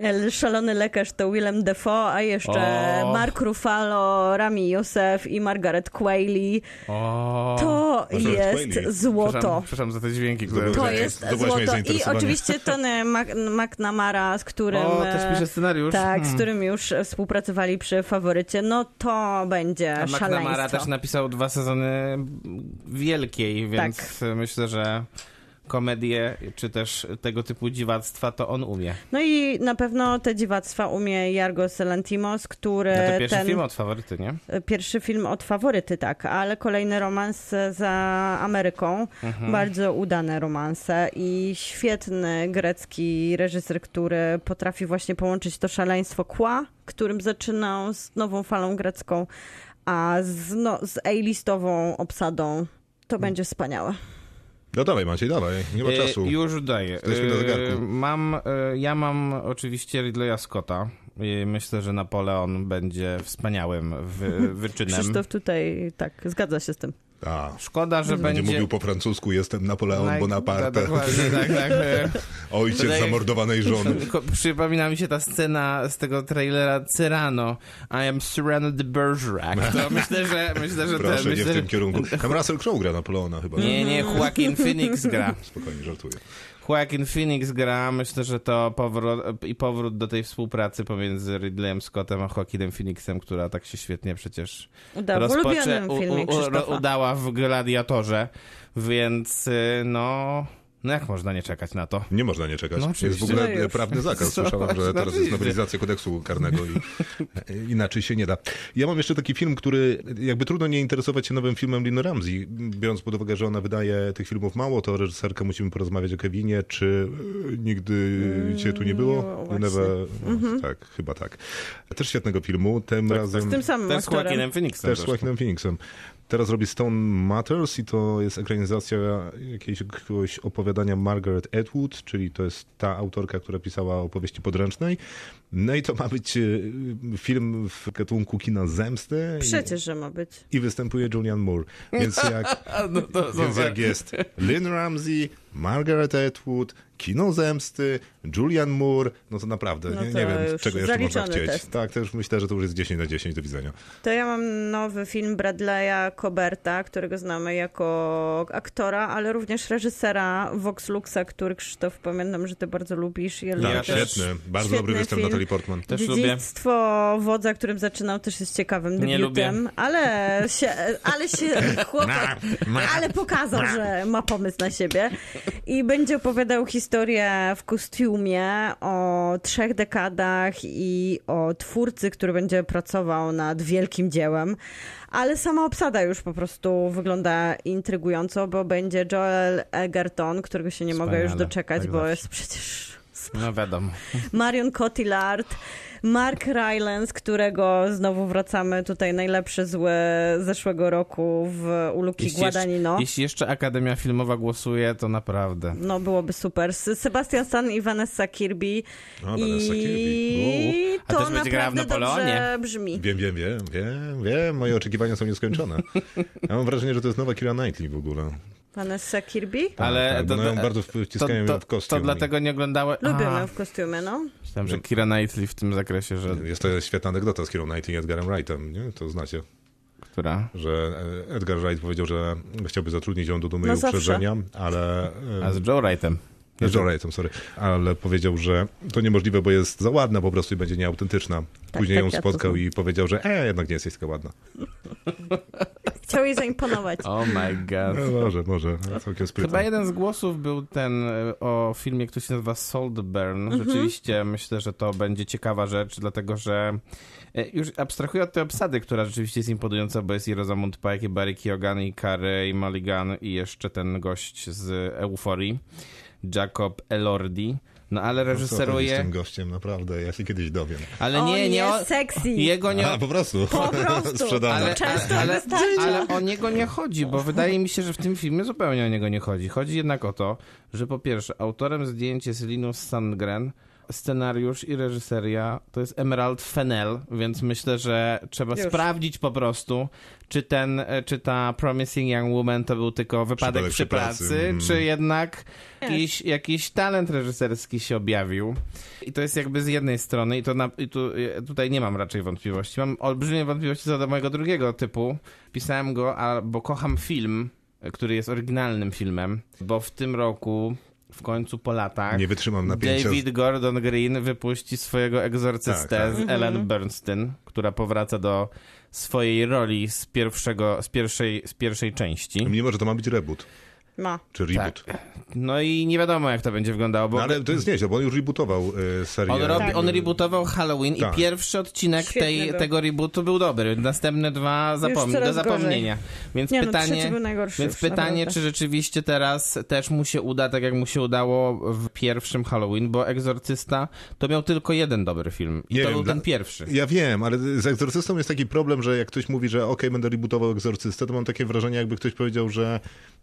el- szalony lekarz to Willem Dafoe, a jeszcze
O.
Mark Ruffalo, Rami Youssef i Margaret Qualley.
O,
To
Margaret
jest
Qualley.
Przepraszam,
złoto.
przepraszam za te dźwięki, które.
Zdobyłem.
To
tutaj-
jest
Zobaczmy jej
złoto. I
zainteresowanie.
oczywiście Tony Mac- McNamara, z którym...
O, też pisze scenariusz.
Tak, z
Hmm.
którym już współpracowali przy faworycie. No to będzie
A McNamara
szaleństwo. Tak.
też napisał dwa sezony wielkiej, więc myślę, że komedie czy też tego typu dziwactwa to on umie.
No i na pewno te dziwactwa umie Jargos Lantimos, który
No to pierwszy
E, ten
film od faworyty, nie?
pierwszy film od faworyty, tak, ale kolejny romans za Ameryką.
Mhm.
Bardzo udane romanse i świetny grecki reżyser, który potrafi właśnie połączyć to szaleństwo kła, którym zaczynał z nową falą grecką, a z, no, z A-listową obsadą. To będzie wspaniałe.
No dawaj Maciej, dawaj, nie ma
E,
czasu.
Już daję.
Jesteśmy na
E,
zegarku.
Mam, e, ja mam oczywiście Ridleya Scotta. I myślę, że Napoleon będzie wspaniałym wy, wyczynem.
Krzysztof tutaj, tak, zgadza się z tym.
A,
Szkoda, że
będzie
będzie...
mówił po francusku, jestem Napoleon
Tak.
Like-
Bonaparte,
Dokładnie, tak, tak.
ojciec
Wydaje-
zamordowanej żony.
Tylko Przypomina mi się ta scena z tego trailera Cyrano. I am Cyrano de Bergerac. To myślę, że... Myślę, że
Proszę,
te, myślę,
nie w tym
że-
kierunku. Tam Russell Crowe gra Napoleona chyba.
Nie, nie, Joaquin Phoenix gra.
Spokojnie, żartuję.
Joaquin Phoenix gra. Myślę, że to powrót, i powrót do tej współpracy pomiędzy Ridleyem Scottem a Joaquinem Phoenixem, która tak się świetnie przecież
Udało w ulubionym
u-
filmie
u- u- ro-
Krzysztofa.
udała w Gladiatorze, więc y, no, no jak można nie czekać na to?
Nie można nie czekać.
No
jest w
oczywiście.
ogóle
No już.
prawny zakaz.
No
Słyszałem, że
właśnie,
teraz jest
oczywiście.
nowelizacja kodeksu karnego i e, inaczej się nie da. Ja mam jeszcze taki film, który jakby trudno nie interesować się nowym filmem Lin Ramsey. Biorąc pod uwagę, że ona wydaje tych filmów mało, to reżyserka musimy porozmawiać o Kevinie, czy e, nigdy cię tu nie było?
było, Mm, no właśnie.
Tak, chyba tak. Też świetnego filmu. Tym razem...
Z tym samym
Też z
Hmm, aktorem.
Joaquinem Phoenixem.
Też z
zresztą.
Joaquinem Phoenixem. Teraz robi Stone Matters i to jest ekranizacja jakiejś, jakiegoś opowiadania Margaret Atwood, czyli to jest ta autorka, która pisała opowieści podręcznej. No i to ma być y, film w gatunku kina zemsty.
Przecież, że ma być.
I, I występuje Julian Moore. Więc jak,
A, no to, to,
więc jak jest Lynn Ramsey, Margaret Atwood, kino zemsty, Julian Moore, no to naprawdę
No
nie,
to
nie wiem,
już
czego jeszcze można
zaliczony
chcieć.
test.
Tak, też myślę, że to już jest 10 na 10 do widzenia.
To ja mam nowy film Bradley'a Coberta, którego znamy jako aktora, ale również reżysera Vox Luxa, który Krzysztof, pamiętam, że ty bardzo lubisz. i
Tak,
Ja
lubisz.
też-
świetny. Bardzo
świetny
dobry występ
film.
Natalii Portman.
Też lubię.
Dziedzictwo wodza, którym zaczynał, też jest ciekawym
Nie
debiutem,
lubię.
ale się, ale się chłopak, ale pokazał, że ma pomysł na siebie i będzie opowiadał historię w kostiumie o trzech dekadach i o twórcy, który będzie pracował nad wielkim dziełem, ale sama obsada już po prostu wygląda intrygująco, bo będzie Joel Egerton, którego się nie mogę już
Wspaniale,
doczekać,
tak
bo
zawsze.
jest przecież
No wiadomo.
Marion Cotillard, Mark Rylance, którego znowu wracamy tutaj, najlepszy zły zeszłego roku w Uluki Guadagnino.
jeszcze, jeśli jeszcze Akademia Filmowa głosuje, to naprawdę.
No byłoby super. Z- Sebastian Stan i Vanessa Kirby.
No, Vanessa
I
A
to
też będzie grała w
naprawdę dobrze
Napoleonie.
brzmi.
Wiem, wiem, wiem, wiem, wiem. Moje oczekiwania są nieskończone. Ja mam wrażenie, że to jest nowa Kira Knightley w ogóle.
Vanessa Kirby?
Tak,
Ale
tak,
to-
bo no ją
to-
bardzo
To,
wciskają
to,
w kostium.
to dlatego nie oglądałem.
Lubię
Aha,
ją w kostiumie, no.
Myślałem, że Kira Knightley w tym zakresie, że
i- Jest to świetna anegdota z Kirą Knightley i Edgarem Wrightem, nie? To znacie,
która.
że e, Edgar Wright powiedział, że chciałby zatrudnić ją do dumy
No
i
zawsze.
uprzedzenia, ale... e,
A z Joe Wrightem.
Nie, Joe Wrightem, sorry. Ale powiedział, że to niemożliwe, bo jest za ładna po prostu i będzie nieautentyczna. Później
tak,
ją
ja to
spotkał
znam.
i powiedział, że e, jednak nie jesteś taka ładna.
Chciał jej zaimponować.
Oh my god.
No, może, może. Całkiem sprytnie.
Chyba jeden z głosów był ten e, o filmie, który się nazywa Saltburn. Rzeczywiście myślę, że to będzie ciekawa rzecz, dlatego że e, już abstrahuję od tej obsady, która rzeczywiście jest imponująca, bo jest i Rosamund Pike, i Barry Keoghan, i Carey, i Mulligan, i jeszcze ten gość z Euforii, Jacob Elordi. No ale
Co z
reżyseruje...
tym gościem, naprawdę, ja się kiedyś dowiem.
Ale
On
nie, nie...
jest
o-
sexy.
Jego nie,
A, po prostu.
Po prostu.
Sprzedane.
Ale- Często wystarcza.
ale o niego nie chodzi, bo wydaje mi się, że w tym filmie zupełnie o niego nie chodzi. Chodzi jednak o to, że po pierwsze, autorem zdjęć jest Linus Sandgren, scenariusz i reżyseria to jest Emerald Fennell, więc myślę, że trzeba
Już.
sprawdzić po prostu, czy ten, e, czy ta Promising Young Woman to był tylko wypadek
Przypadek
przy
przy pracy,
pracy,
mm.
czy jednak jakiś, jakiś talent reżyserski się objawił. I to jest jakby z jednej strony, i to na, i tu, e, tutaj nie mam raczej wątpliwości. Mam olbrzymie wątpliwości co do mojego drugiego typu. Pisałem go, a, bo kocham film, e, który jest oryginalnym filmem, bo w tym roku. W końcu po latach
Nie wytrzymam napięcia.
David Gordon Green wypuści swojego
Tak,
egzorcystę
tak.
z Ellen Bernstein, która powraca do swojej roli z, pierwszego, z, pierwszej, z pierwszej części.
Mimo, że to ma być reboot,
Ma.
czy reboot.
No i nie wiadomo, jak to będzie wyglądało, bo
No, ale to jest nieźle, bo on już rebootował y, serię.
on,
Tak.
robi, on rebootował Halloween
Tak.
i pierwszy odcinek
Świetny
tej,
był.
tego rebootu był dobry. Następne dwa zapomnij, do
coraz
zapomnienia. Więc
Nie, no,
pytanie,
trzeci był najgorszy
więc
już,
pytanie
naprawdę.
czy rzeczywiście teraz też mu się uda, tak jak mu się udało w pierwszym Halloween, bo Egzorcysta to miał tylko jeden dobry film. I
Nie
to
wiem,
był
dla-
ten pierwszy.
Ja wiem, ale z Egzorcystą jest taki problem, że jak ktoś mówi, że okej, będę rebootował Egzorcystę, to mam takie wrażenie, jakby ktoś powiedział, że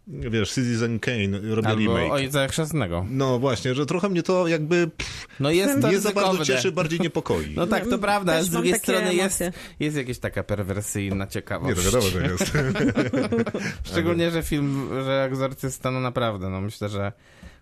wiesz, Citizen Kane robi
Albo
remake.
Ojca Chrzestnego.
No właśnie, że trochę mnie to jakby pff,
No jest to
nie za bardzo
ryzykowne.
cieszy, bardziej niepokoi.
No tak, to prawda,
też
ale z
mam
drugiej
takie
strony jest,
emocje.
jest jakaś taka perwersyjna
nie,
ciekawość.
to wiadomo, że jest.
Szczególnie, że film, że Egzorcysta, no naprawdę, no myślę, że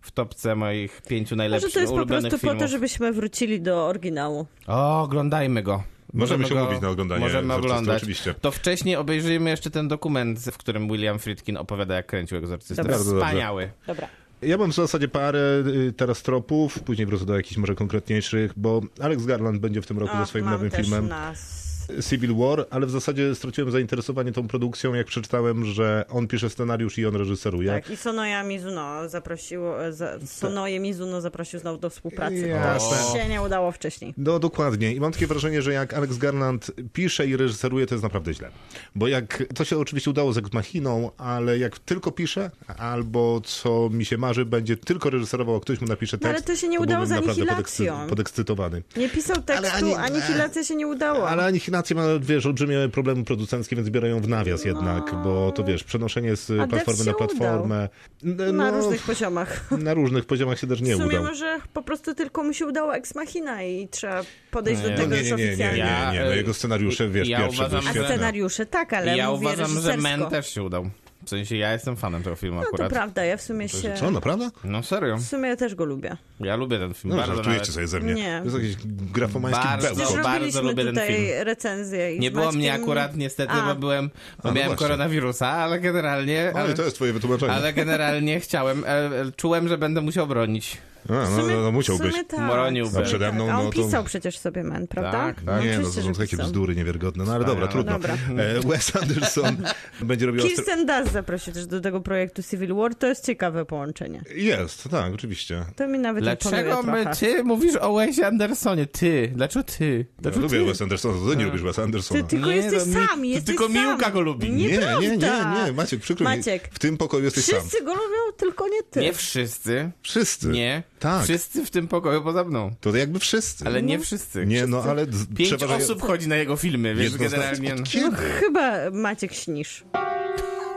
w topce moich pięciu
Może
najlepszych
to jest po
ulubionych
prostu
filmów.
po to, żebyśmy wrócili do oryginału.
O, oglądajmy go.
Możemy się
go-
umówić na oglądanie
Możemy
Egzorcysty,
oglądać.
oczywiście.
To wcześniej obejrzyjmy jeszcze ten dokument, w którym William Friedkin opowiada, jak kręcił Egzorcystę.
Dobra.
Bardzo dobrze.
Wspaniały.
Dobra.
Ja mam w zasadzie parę y, teraz tropów, później wrócę do jakichś może konkretniejszych, bo Alex Garland będzie w tym roku ze swoim
mam
nowym
też
filmem
nas.
Civil War, ale w zasadzie straciłem zainteresowanie tą produkcją, jak przeczytałem, że on pisze scenariusz i on reżyseruje.
Tak, i Sonoja Mizuno zaprosiło, e, za, Sonoje Mizuno zaprosił znowu do współpracy. To
Jasne.
się nie udało wcześniej.
No dokładnie. I mam takie wrażenie, że jak Alex Garland pisze i reżyseruje, to jest naprawdę źle. Bo jak to się oczywiście udało z Ex Machiną, ale jak tylko pisze, albo co mi się marzy, będzie tylko reżyserował, a ktoś mu napisze tekst.
No ale to się nie udało
byłbym
z
naprawdę
Anihilacją.
podekscytowany.
Nie pisał tekstu,
ani-
anihilacja się nie udała.
Ale Anihilacja ma, wiesz, olbrzymie problemy producenckie, więc biorę ją w nawias jednak, bo to wiesz, przenoszenie z
Death
platformy
się
na platformę. N-
Na
no,
różnych poziomach.
na różnych poziomach się też nie
w sumie
udał.
może po prostu tylko mu się udało Ex Machina i trzeba podejść
Nie,
do
No
tego
nie,
już
nie, nie, nie, nie,
oficjalnie.
Ja,
nie, no
e,
jego scenariusze, wiesz,
ja
pierwsze
uważam,
były
że-
A
świetne.
scenariusze tak, ale
ja
mówię
uważam, że
reżysersko.
Men też się udał. W sensie ja jestem fanem tego filmu
No to
akurat.
prawda, ja w sumie się...
Co, naprawdę?
No serio,
W sumie ja też go lubię.
ja lubię ten film
No,
bardzo
żartujecie
nawet.
sobie ze mnie.
Nie.
To jest jakiś grafomański
Bardzo.
bełkot.
Przecież
No, bardzo
robiliśmy
lubię ten
tutaj
film.
recenzję i
Nie
z
było mnie
Maćkiem-
akurat niestety,
A.
bo byłem, bo
no
miałem
właśnie.
koronawirusa, ale generalnie...
Oj,
ale-
No to jest twoje wytłumaczenie.
Ale generalnie chciałem, e, e, czułem, że będę musiał bronić.
A, no,
W sumie,
no, no musiał
w sumie
być.
Tak.
Broniłbym.
A przede mną,
A on
no to-
pisał przecież sobie men, prawda?
Tak, tak.
Nie, no to
oczywiście,
są
że
takie
pisał.
bzdury niewiarygodne. No ale dobra, trudno.
Dobra.
E, Wes Anderson będzie robił... ostro-
Kirsten Dunst zaprosił też do tego projektu Civil War. To jest ciekawe połączenie.
Jest, tak, oczywiście.
To mi nawet
Dlaczego
imponuje
my,
trochę.
ty mówisz o Wesie Andersonie? Ty, dlaczego ty?
Ja
Dlaczego
lubię
ty?
Wes Andersona, to ty nie lubisz Wes Andersona.
Ty tylko
Nie,
jesteś
to mi-
sam,
to
jesteś
tylko
sam.
Miłka go lubi.
Nie,
No. nie, nie,
nieprawda.
nie, nie, Maciek, przykro
Maciek.
mi. W tym pokoju jesteś sam.
Wszyscy go lubią, tylko nie ty. No
Nie wszyscy.
Wszyscy.
Nie.
Tak.
Wszyscy w tym pokoju poza mną.
To jakby wszyscy.
Ale nie wszyscy.
nie, no ale z-
Pięć
przeważają-
osób chodzi na jego filmy, więc
Jednoznacznie.
generalnie...
Od Kiedy?
Chyba Maciek śnisz.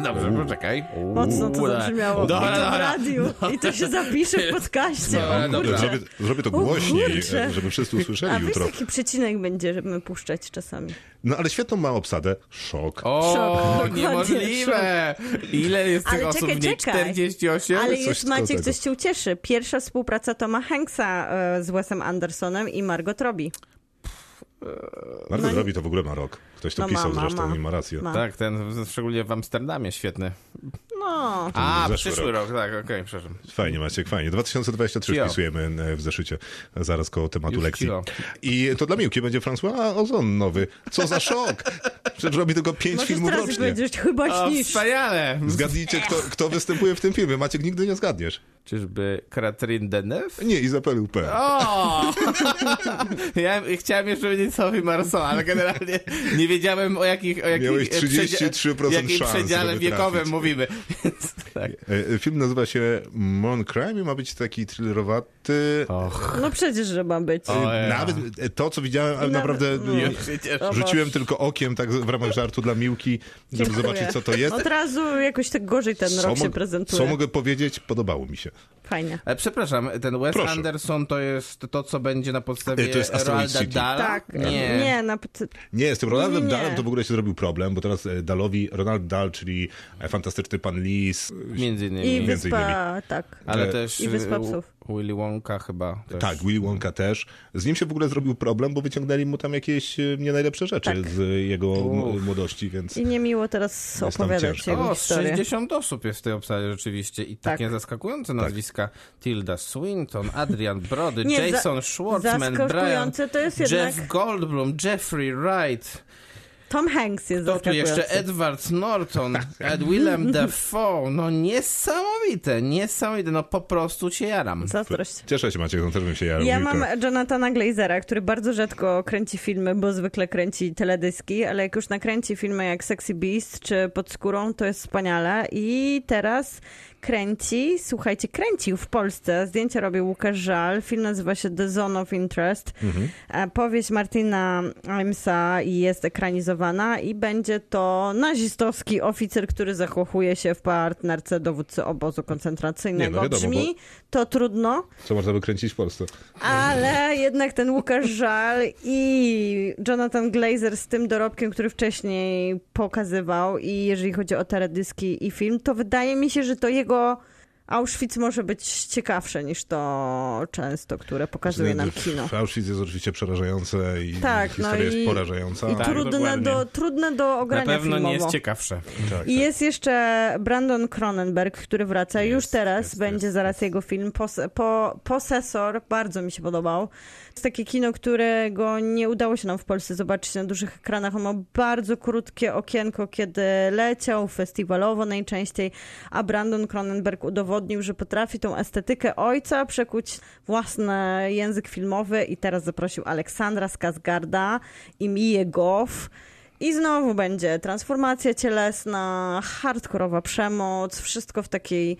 Dobrze, poczekaj.
Mocno to
Ule.
zabrzmiało. I
Dobra,
to w
dobra. No.
radiu. I to się zapisze w podcaście.
No,
Dobra, dobra.
Zrobię, zrobię to głośniej,
kurczę.
e, żeby wszyscy
A
usłyszeli
wiesz,
jutro.
jaki przecinek będzie, żeby puszczać czasami.
No ale świetną ma obsadę. Szok.
O,
Szok,
niemożliwe! Ile jest tych
Ale
osób
czekaj,
w niej?
czekaj.
48?
Ale
coś
jest,
koło
Maciek,
tego.
coś cię ucieszy. Pierwsza współpraca Toma Hanksa e, z Wesem Andersonem i Margot Robbie.
Margot
no-
robi to w ogóle ma rok. Ktoś to
No ma,
pisał
ma,
zresztą
ma.
i ma rację.
Ma.
Tak, ten w- szczególnie w Amsterdamie świetny.
No,
A,
zeszły
przyszły rok, tak, okej, przepraszam.
Fajnie Maciek, fajnie. 2023
Cio.
wpisujemy e, w zeszycie zaraz koło tematu
Już
lekcji.
cio.
I to dla Miłki będzie François Ozon nowy. Co za szok! Przecież robi tylko pięć
możesz
filmów
teraz
rocznie.
powiedzieć, chyba
O,
śnisz.
wspaniale!
Zgadnijcie, kto, kto występuje w tym filmie. Maciek, nigdy nie zgadniesz.
Czyżby Katrin Deneuve?
Nie, Izabel P.
O! ja chciałem jeszcze powiedzieć Sophie Marceau, ale generalnie nie wiedziałem o jakich... O jakich
Miałeś
e,
33%
jakim
szans,
przedziale
żeby
wiekowym
trafić.
mówimy. Więc tak.
E, Film nazywa się Mon Crime i ma być taki thrillerowaty.
Och,
No przecież, że ma być.
O, ja.
Nawet e, to, co widziałem, ale
Nawet-
naprawdę
no.
nie-
ja przecież...
O,
rzuciłem
Boże.
tylko okiem tak w ramach żartu dla Miłki, żeby
Dziękuję.
zobaczyć, co to jest.
Od razu jakoś tak gorzej ten
Co
rok się
mog- Co
prezentuje.
mogę powiedzieć? Podobało mi się.
Fajnie.
E, Przepraszam, ten Wes
Proszę.
Anderson to jest to, co będzie na podstawie
E, to jest Asteroid
Roalda
City.
Dala?
Tak.
Nie.
nie na, p-
Nie, z tym Ronaldem
Nie, nie, nie.
Dalem to w ogóle się zrobił problem, bo teraz e, Dalowi, Ronald Dal, czyli e, fantastyczny pan Lis.
Między innymi.
I
między
wyspa, tak.
Ale
E,
też
i Wyspa
e,
Psów.
Willy Wonka chyba. Też.
Tak, Willy Wonka też. Z nim się w ogóle zrobił problem, bo wyciągnęli mu tam jakieś e, nie najlepsze rzeczy
Tak.
z e, jego m-
Uff.
młodości, więc...
I niemiło teraz
tam
opowiadać
ciężko.
jego
O, z
historię.
60 osób jest w tej obsadzie rzeczywiście i takie
Tak.
zaskakujące nazwiska. Tilda Swinton, Adrian Brody,
Nie, za-
Jason Schwartzman, Brian,
zaskakujące to jest jednak-
Jeff Goldblum, Jeffrey Wright,
Tom Hanks jest
to tu
zaskakujący.
jeszcze Edward Norton, Ed Willem Dafoe. No niesamowite, niesamowite, no po prostu cię jaram.
Zazdrość.
Cieszę się Maciek, no też bym się jarał.
Ja
Wilka.
mam Jonathana Glazera, który bardzo rzadko kręci filmy, bo zwykle kręci teledyski, ale jak już nakręci filmy jak Sexy Beast czy Pod skórą, to jest wspaniale. I teraz kręci, słuchajcie, kręcił w Polsce, zdjęcia robił Łukasz Żal, film nazywa
Mhm.
się The Zone of Interest, e, powieść Martina Imsa i jest ekranizowany zlikwidowana i będzie to nazistowski oficer, który zakochuje się w partnerce dowódcy obozu koncentracyjnego.
Nie, no wiadomo,
Brzmi to trudno,
Co można wykręcić w Polsce?
ale jednak ten Łukasz Żal i Jonathan Glazer z tym dorobkiem, który wcześniej pokazywał i jeżeli chodzi o teledyski i film, to wydaje mi się, że to jego Auschwitz może być ciekawsze niż to często, które pokazuje nam kino.
Auschwitz jest oczywiście przerażające i
Tak,
Znaczy, no, historia
no i-
jest porażająca.
I
Tak,
trudne
dokładnie.
do, trudne do
Na
ogrania
pewno nie
filmowo.
jest ciekawsze.
tak,
I jest jeszcze Brandon Cronenberg, który wraca już
Jest,
teraz.
jest,
będzie
jest,
zaraz jego film Pos- po- Posesor. Bardzo mi się podobał. To jest takie kino, którego nie udało się nam w Polsce zobaczyć na dużych ekranach. On ma bardzo krótkie okienko, kiedy leciał, festiwalowo najczęściej, a Brandon Cronenberg udowodnił, że potrafi tą estetykę ojca przekuć w własny język filmowy i teraz zaprosił Aleksandra Skazgarda i Miję Goff. I znowu będzie transformacja cielesna, hardkorowa przemoc, wszystko w takiej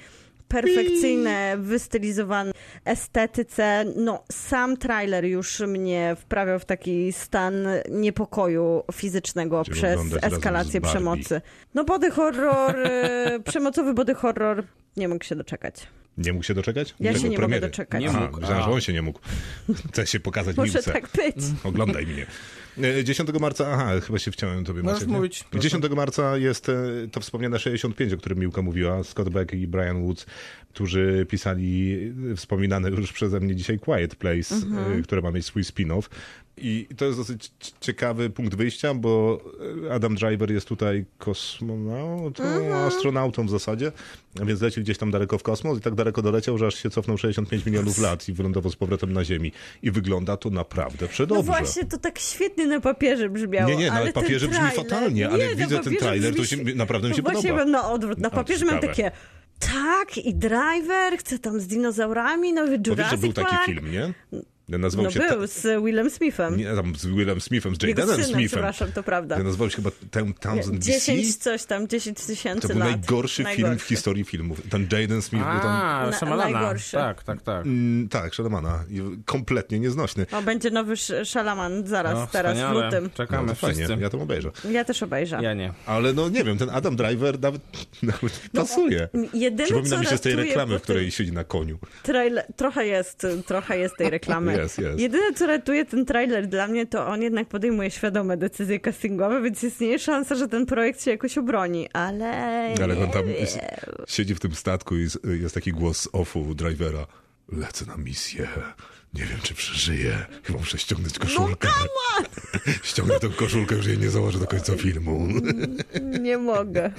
perfekcyjne, wystylizowane estetyce. No, sam trailer już mnie wprawiał w taki stan niepokoju fizycznego
Będziemy
przez
oglądać razem
eskalację
z Barbie.
przemocy. No, body horror, y, przemocowy body horror. Nie mógł się doczekać.
Nie mógł się doczekać?
Ja się nie
premiery.
mogę doczekać.
Nie
Aha,
mógł.
myślałem, że
A.
on się nie mógł. Chce się pokazać
Może
miłce.
tak być.
Oglądaj mnie. E, 10 marca, aha, chyba się wciąłem tobie.
Możesz
Maciek, nie?
mówić, proszę.
10 marca jest e, to wspomniane 65, o którym Miłka mówiła, Scott Beck i Brian Woods, którzy pisali e, wspominane już przeze mnie dzisiaj Quiet Place,
Mhm.
e, które ma mieć swój spin-off. I to jest dosyć c- ciekawy punkt wyjścia, bo e, Adam Driver jest tutaj kosmonautą,
Mhm.
astronautą w zasadzie, a więc leci gdzieś tam daleko w kosmos i tak daleko doleciał, że aż się cofnął 65 milionów lat i wylądował z powrotem na Ziemi. I wygląda to naprawdę
No
przedobrze.
właśnie, to tak świetnie na papierze brzmiało.
Nie, nie, na
ale ten
papierze brzmi
trailer-
fatalnie, ale
nie,
jak
na
widzę ten
papierze
trailer, to
brzmi-
się- naprawdę mi się
Właśnie
podoba.
mam na odwrót. Na
O,
papierze mam
ciekawe.
takie, tak, i Driver, chcę tam z dinozaurami, nowy
Bo wiesz,
Jurassic
że był taki
Park.
film, nie? Nazywał
No
się...
był, z Willem Smithem.
Nie, tam z Willem Smithem, z
Jego
Jadenem
synem,
Smithem.
przepraszam, to prawda.
Ja Nazywał się chyba Town- Townsend DC.
10 coś tam, 10 tysięcy
To był
lat.
najgorszy film w
Najgorszy.
historii filmów. Ten Jaden Smith był tam...
A,
Na-
Szamalana.
najgorszy.
Tak, tak, tak.
Mm, tak, Shadowmana. I Kompletnie nieznośny.
O, będzie nowy Sz- Szalaman zaraz,
No,
teraz w
wspaniale.
lutym.
Czekamy
no, to fajnie,
wszyscy.
ja to obejrzę.
Ja też obejrzę.
Ja nie.
Ale no nie wiem, ten Adam Driver nawet, nawet pasuje.
No, Jedyne,
Przypomina
co
mi się z tej
ratuje
reklamy,
po
w
tym-
której siedzi na koniu.
Trailer, trochę jest, trochę jest tej reklamy.
Jest, jest.
Jedyne, co ratuje ten trailer dla mnie, to on jednak podejmuje świadome decyzje castingowe, więc istnieje szansa, że ten projekt się jakoś obroni, ale...
Ale
nie
on tam
wiem.
s- siedzi w tym statku i s- jest taki głos z offu drivera. Lecę na misję. Nie wiem, czy przeżyję. Chyba muszę ściągnąć
No
koszulkę. Ściągnę tę koszulkę, już jej nie założę do końca filmu.
Nie mogę.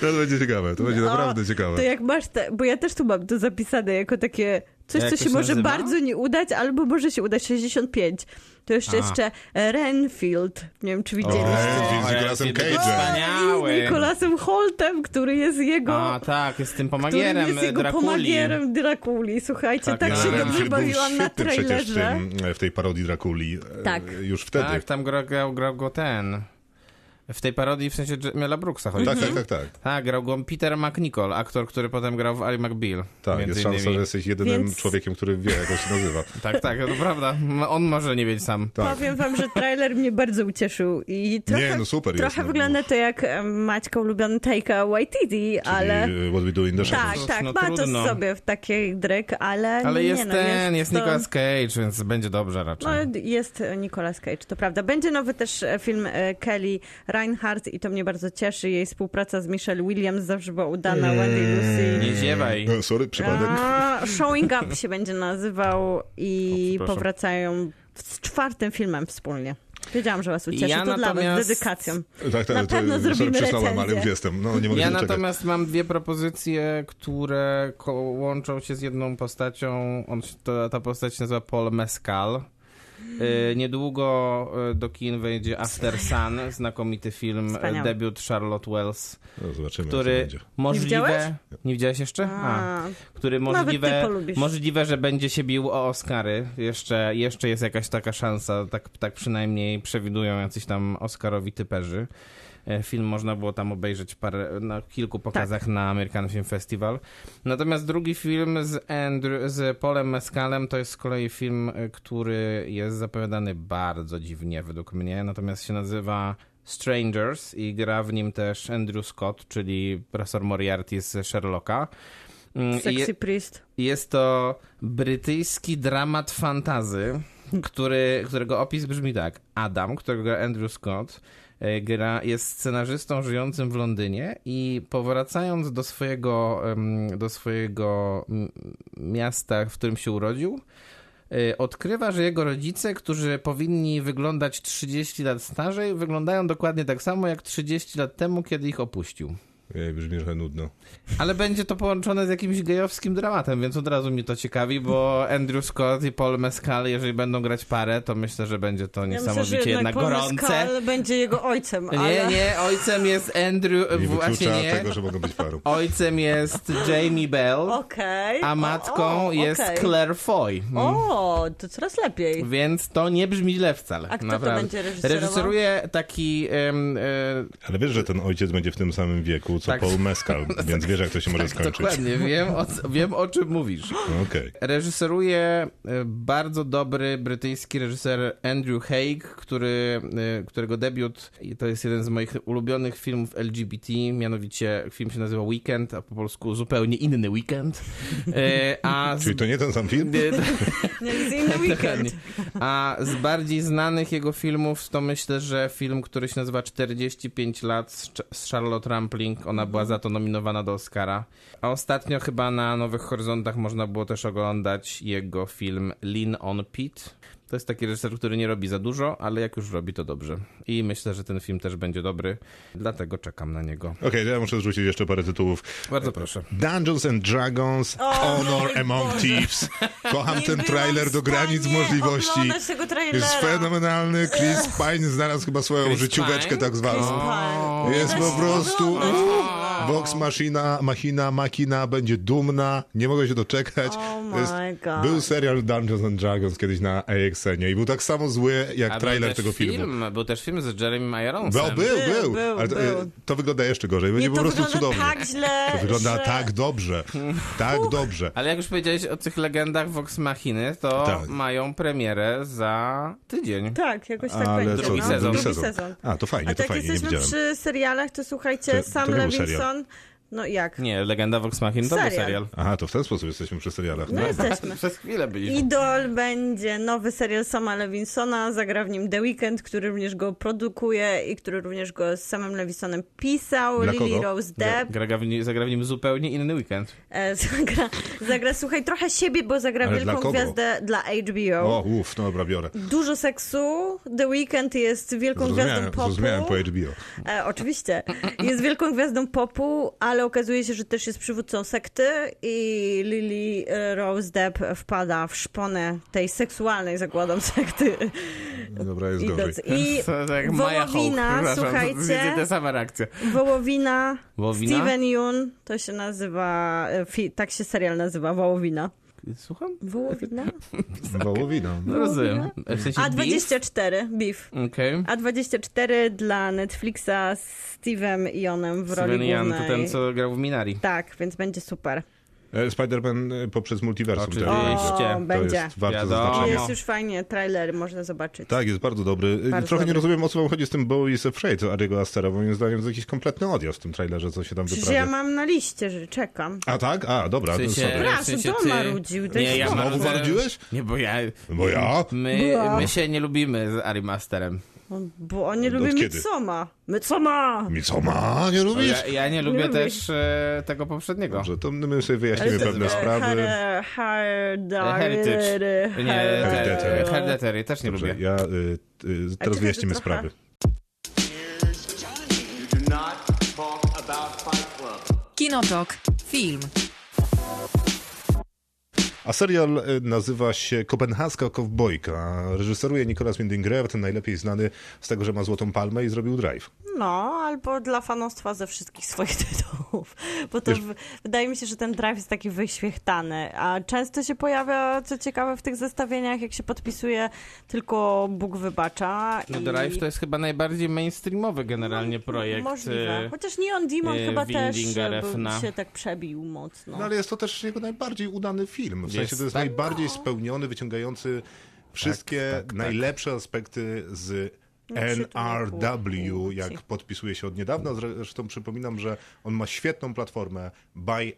To będzie ciekawe, to będzie naprawdę ciekawe.
No, To jak masz te... Bo ja też tu mam to zapisane jako takie coś,
Jak
co
to
się
się
może
nazywa?
bardzo nie udać, albo może się udać 65. To jeszcze,
A.
jeszcze Renfield. Nie wiem, czy widzieliście.
Renfield z
O,
Nicolasem
jaki
Cage'em.
Wspaniały.
Z Nicolasem Holtem, który jest jego...
A tak, jest tym
którym
pomagierem
jest jego
Drakuli.
pomagierem Drakuli. Słuchajcie, tak,
Tak,
się
Renfield
dobrze
był
bawiłam na
świetny przecież w,
trailerze.
tym, e, w tej parodii Drakuli. e,
Tak.
Już wtedy.
Tak, tam grał, grał, grał go ten. W tej parodii w sensie J- Mela Brooksa chodzi.
Tak,
Mhm.
tak, tak, tak.
Tak, grał go Peter McNichol, aktor, który potem grał w Ali McBeal.
Tak,
między
jest szansa, że
innymi.
jesteś jedynym
Więc-
człowiekiem, który wie, jak on się nazywa.
Tak, tak, to prawda. On może nie wiedzieć sam.
Tak.
Powiem wam, że trailer mnie bardzo ucieszył i trochę,
no super jest,
trochę
no.
wygląda to jak em, Maćka ulubiony Taika Waititi,
Czyli
ale...
e, What we do in the
Tak,
shadows.
tak,
No
ma to
trudno.
w sobie w taki dryk, ale,
Ale
nie,
jest
no,
ten, jest
to-
Nicolas Cage, więc będzie dobrze raczej.
No, jest Nicolas Cage, to prawda. Będzie nowy też e, film e, Kelly Reinhardt i to mnie bardzo cieszy. Jej współpraca z Michelle Williams zawsze była udana, Wendy Lucy.
Nie ziewaj.
E, Sorry, przypadek.
A, Showing Up się będzie nazywał i
O, przepraszam.
powracają z czwartym filmem wspólnie. Wiedziałam, że was ucieszy.
Ja
to dla was
natomiast-
z dedykacją.
Tak, tak,
Na
to,
pewno
sorry,
zrobimy
przesłałem, ale
recenzję.
już jestem. No, nie mogę
Ja
się doczekać.
natomiast mam dwie propozycje, które ko- łączą się z jedną postacią. On, się- to, ta postać się nazywa Paul Mescal.
Mhm.
Y, niedługo y, do kin wejdzie After Sun, znakomity film, y,
Wspaniały.
debiut Charlotte Wells,
No, zobaczymy, który...
który
będzie.
możliwe...
widziałeś?
Nie widziałeś jeszcze? A.
A,
Który
Nawet ty
możliwe,
polubisz.
możliwe, że będzie się bił o Oscary. Jeszcze, jeszcze jest jakaś taka szansa, tak, tak przynajmniej przewidują jacyś tam Oscarowi typerzy. E, Film można było tam obejrzeć parę, na kilku pokazach na American Film Festival. Natomiast drugi film z, Andrew, z Polem Mescalem to jest z kolei film, e, który jest zapowiadany bardzo dziwnie według mnie, natomiast się nazywa Strangers i gra w nim też Andrew Scott, czyli profesor Moriarty z Sherlocka. Mm, i je-
Sexy Priest.
jest to brytyjski dramat fantazy, który, którego opis brzmi tak. Adam, którego gra Andrew Scott, e, gra, jest scenarzystą żyjącym w Londynie i powracając do swojego, em, do swojego m, miasta, w którym się urodził, e, Odkrywa, że jego rodzice, którzy powinni wyglądać 30 lat starzej, wyglądają dokładnie tak samo jak 30 lat temu, kiedy ich opuścił.
Ej, brzmi trochę nudno.
Ale będzie to połączone z jakimś gejowskim dramatem, więc od razu mi to ciekawi, bo Andrew Scott i Paul Mescal, jeżeli będą grać parę, to myślę, że będzie to
Ja myślę,
niesamowicie
że jednak
jednak
Paul
gorące.
Mescal będzie jego ojcem, ale...
Nie, nie, ojcem jest Andrew,
Nie
właśnie
wyklucza
nie.
tego, że mogą być paru.
Ojcem jest Jamie Bell,
Okej.
a
O,
matką
o,
jest
okej.
Claire Foy.
O, to coraz lepiej.
Więc to nie brzmi źle wcale.
A kto to
naprawdę.
będzie reżyserował?
Reżyseruje taki em, e,
Ale wiesz, że ten ojciec będzie w tym samym wieku, co
Tak.
Paul Mescal, więc wiesz, jak to się może skończyć.
Dokładnie, wiem o, co- wiem o czym mówisz.
No, Okej.
Reżyseruje e, bardzo dobry brytyjski reżyser Andrew Haig, który, e, którego debiut i to jest jeden z moich ulubionych filmów LGBT, mianowicie film się nazywa Weekend, a po polsku zupełnie inny weekend. E, A z...
Czyli to nie ten sam film?
e,
Nie, jest inny weekend.
a z bardziej znanych jego filmów to myślę, że film, który się nazywa 45 lat z Ch- z Charlotte Rampling. Ona była za to nominowana do Oscara. A ostatnio chyba na Nowych Horyzontach można było też oglądać jego film Lean on Pete. To jest taki reżyser, który nie robi za dużo, ale jak już robi, to dobrze. I myślę, że ten film też będzie dobry, dlatego czekam na niego.
Okej, to ja muszę zrzucić jeszcze parę tytułów.
Bardzo proszę.
Dungeons and Dragons,
O,
Honor
mój
Among
Boże.
Thieves. Kocham
Nie
ten
byłam
trailer do
w stanie
granic możliwości.
oglądać tego trailera.
Jest fenomenalny. Chris Pine znalazł chyba swoją
Chris
życióweczkę
Pine?
tak
Chris
zwaną.
Pine. Nie
Jest
da
po
się
prostu.
oglądać.
Vox Machina, Machina, Machina będzie dumna. Nie mogę się doczekać.
Oh
To jest-
my God.
Był serial Dungeons and Dragons kiedyś na AXN-ie i był tak samo zły jak
A
trailer
był
tego
też
filmu.
film, Był też film z Jeremy Ironsem.
Bo był, był,
był,
ale to, e,
był.
to wygląda jeszcze gorzej. Będzie
Nie,
po
to
prostu
wygląda
cudownie.
tak źle,
To wygląda
że...
tak dobrze. Tak dobrze.
Ale jak już powiedziałeś o tych legendach Vox Machiny, to
Tak.
mają premierę za tydzień.
Tak, jakoś tak
Ale co,
będzie.
Drugi
no.
sezon.
Drugi sezon.
A, to fajnie,
A
to
tak
fajnie, nie
jesteśmy
widziałem.
przy serialach, to słuchajcie,
To- to
Sam
nie był serial.
Levinson... No jak?
Nie, legenda Vox Machiny to
Serial.
był serial.
Aha, to w ten sposób jesteśmy przy serialach.
No jesteśmy.
Przez chwilę byliśmy.
Idol będzie nowy serial Sama Lewinsona, zagra w nim The Weeknd, który również go produkuje i który również go z samym Levinsonem pisał,
Dla
Lily
kogo?
Rose Depp.
Gra w nim, zagra w nim zupełnie inny weekend.
E, zagra, zagra, słuchaj, trochę siebie, bo zagra
Ale dla
wielką
kogo?
gwiazdę dla HBO.
O, uff, no dobra, biorę.
Dużo seksu, The Weeknd jest wielką
Zrozumiałem,
gwiazdą popu.
zrozumiałem po HBO.
E, oczywiście. Jest wielką gwiazdą popu, ale okazuje się, że też jest przywódcą sekty i Lily e, Rose Depp wpada w szponę tej seksualnej, zakładam, sekty.
Dobra, jest gorzej.
Idąc. I
To tak jak Maya Hawke,
Wołowina,
przepraszam, to jest
słuchajcie,
ta sama reakcja.
Wołowina,
Wołowina?
Steven Yeun, to się nazywa, e, fi, tak się serial nazywa, Wołowina.
Słucham?
Wołowina?
Wołowina.
No rozumiem. W sensie beef?
A24, Beef.
Okej.
A24 dla Netflixa z Steve'em Yeonem w
Steven
roli
Jan
głównej.
to ten, co grał w Minari.
Tak, więc będzie super.
E, Spider-Man e, poprzez multiversum.
Oczywiście.
tak
O,
jakby.
O,
Oczywiście. To
To
będzie.
jest warte
Wiadomo.
I
zaznaczenia.
Jest już fajnie, trailery można zobaczyć.
Tak, jest bardzo dobry. E,
Bardzo
Trochę nie
dobry.
rozumiem, o co wam chodzi z tym Bowie is Afraid Ariego Astera, bo moim zdaniem to jakiś kompletny odjazd w tym trailerze, co się tam
Przecież ja
wyprawia.
mam na liście, że czekam.
A tak? A, dobra,
W
to
sensie,
sorry.
Przepraszam,
w sensie
to on
ty...
marudził, to
Nie,
jest
ja
on.
marudzę-
Znowu marudziłeś?
Nie, bo ja...
Bo ja?
My,
Była.
my się nie lubimy z Ari Masterem.
Bo oni
Od
lubią
kiedy?
Mitsoma. Mitsoma!
Mi co ma? Nie lubisz?
Ja, ja nie lubię
lubię.
też e, tego poprzedniego.
Dobrze, to my sobie wyjaśnimy
Ale to-
pewne
ale-
sprawy.
Har- har-
E, Heritage.
har-
Nie,
Hereditary.
Hereditary. Hereditary też nie
Dobrze,
lubię.
ja y, y, teraz
czekaj,
wyjaśnimy
to
sprawy.
trochę-
You do not talk about Fight Club.
Kinotok. Film.
A serial e, nazywa się Kopenhaska Kowbojka. Reżyseruje Nicolas Winding Refn, ten najlepiej znany z tego, że ma Złotą Palmę i zrobił Drive.
No, albo dla fanostwa ze wszystkich swoich tytułów. Bo to
Wiesz-
w, wydaje mi się, że ten drive jest taki wyświechtany. A często się pojawia, co ciekawe, w tych zestawieniach, jak się podpisuje, tylko Bóg wybacza.
No
i...
Drive to jest chyba najbardziej mainstreamowy generalnie projekt.
Mm, Możliwe.
e,
Chociaż Neon Demon
e,
chyba też
Windinga
e,
Refna.
był, się tak przebił mocno.
No ale jest to też jego najbardziej udany film. W sensie
Jest
to jest
tak.
najbardziej spełniony, wyciągający wszystkie
tak.
najlepsze aspekty z
się tu
NRW,
nakłóci.
jak podpisuje się od niedawna. Zresztą przypominam, że on ma świetną platformę. By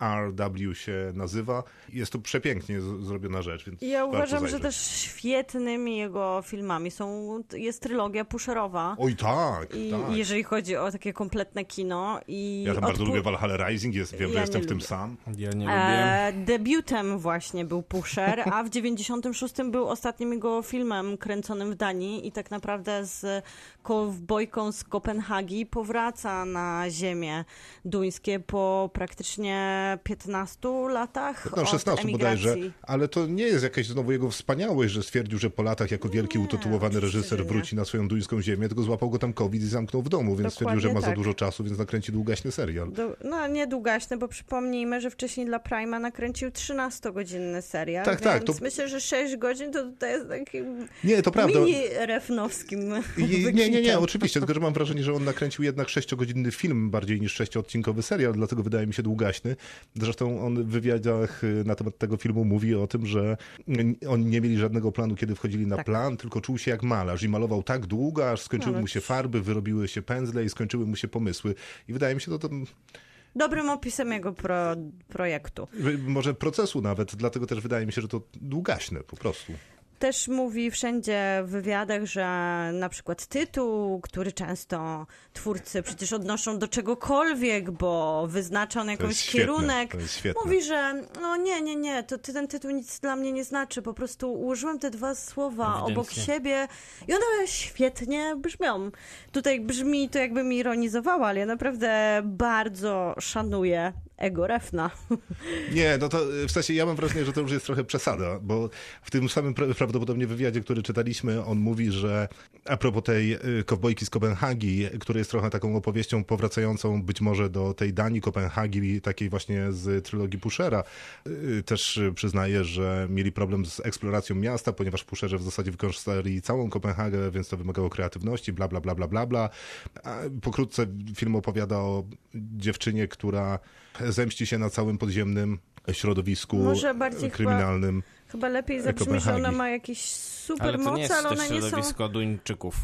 NRW się nazywa. Jest to przepięknie z- zrobiona rzecz. Więc
Ja
warto
uważam, że
zajrzeć.
też świetnymi jego filmami są, jest trylogia Pusherowa.
Oj tak,
I
tak.
jeżeli chodzi o takie kompletne kino i
Ja tam bardzo
odpór-
lubię Valhalla Rising, jest, wiem,
Ja
że
nie
jestem w tym
lubię.
sam.
Ja nie lubię.
E, debiutem właśnie był Pusher, a w 96 był ostatnim jego filmem kręconym w Danii i tak naprawdę z kowbojką z Kopenhagi powraca na ziemię duńskie po praktycznie 15 latach
No,
od
16
emigracji.
bodajże, ale to nie jest jakaś znowu jego wspaniałość, że stwierdził, że po latach jako wielki
Nie,
utytułowany
oczywiście, że
reżyser
nie.
wróci na swoją duńską ziemię, tylko złapał go tam COVID i zamknął w domu, więc stwierdził, że
Dokładnie
ma za
tak.
dużo czasu, więc nakręci długaśny serial.
Do, no nie długaśny, bo przypomnijmy, że wcześniej dla Prima nakręcił 13-godzinny serial,
Tak,
więc
tak, to-
myślę, że 6 godzin to tutaj jest takim
Nie, to prawda.
mini refnowskim
I- Nie, nie, nie,
wykwitem.
oczywiście, tylko że mam wrażenie, że on nakręcił jednak sześciogodzinny film bardziej niż sześciodcinkowy serial, dlatego wydaje mi się długaśny. Zresztą on w wywiadach y, na temat tego filmu mówi o tym, że n- oni nie mieli żadnego planu, kiedy wchodzili na plan, tylko czuł się jak malarz i malował tak długo, aż skończyły mu się farby, wyrobiły się pędzle i skończyły mu się pomysły. I wydaje mi się to, to m,
Dobrym opisem jego pro, projektu.
wy- może procesu nawet, dlatego też wydaje mi się, że to długaśne po prostu.
Też mówi wszędzie w wywiadach, że na przykład tytuł, który często twórcy przecież odnoszą do czegokolwiek, bo wyznacza on jakąś
świetne,
kierunek.
to jest świetne.
Mówi, że no nie, nie, nie, to ty, ten tytuł nic dla mnie nie znaczy. Po prostu ułożyłem te dwa słowa
Ewidentnie.
obok siebie i one świetnie brzmią. Tutaj brzmi to jakbym ironizowała, ale ja naprawdę bardzo szanuję Ego Refna.
Nie, no to y, w sensie ja mam wrażenie, że to już jest trochę przesada, bo w tym samym pra- prawdopodobnie wywiadzie, który czytaliśmy, on mówi, że a propos tej y, kowbojki z Kopenhagi, która jest trochę taką opowieścią powracającą być może do tej Danii, Kopenhagi, takiej właśnie z trylogii Pushera, y, też y, przyznaje, że mieli problem z eksploracją miasta, ponieważ Pusherze w zasadzie wykorzystali całą Kopenhagę, więc to wymagało kreatywności, bla, bla, bla, bla, bla, bla. A pokrótce film opowiada o dziewczynie, która zemści się na całym podziemnym środowisku
Może bardziej
kryminalnym.
Chyba lepiej zabrzmi, że
Kopenhagi.
ona ma jakieś
Ale
super
to nie
moce,
jest
ale
też
one nie są...
środowisko Duńczyków.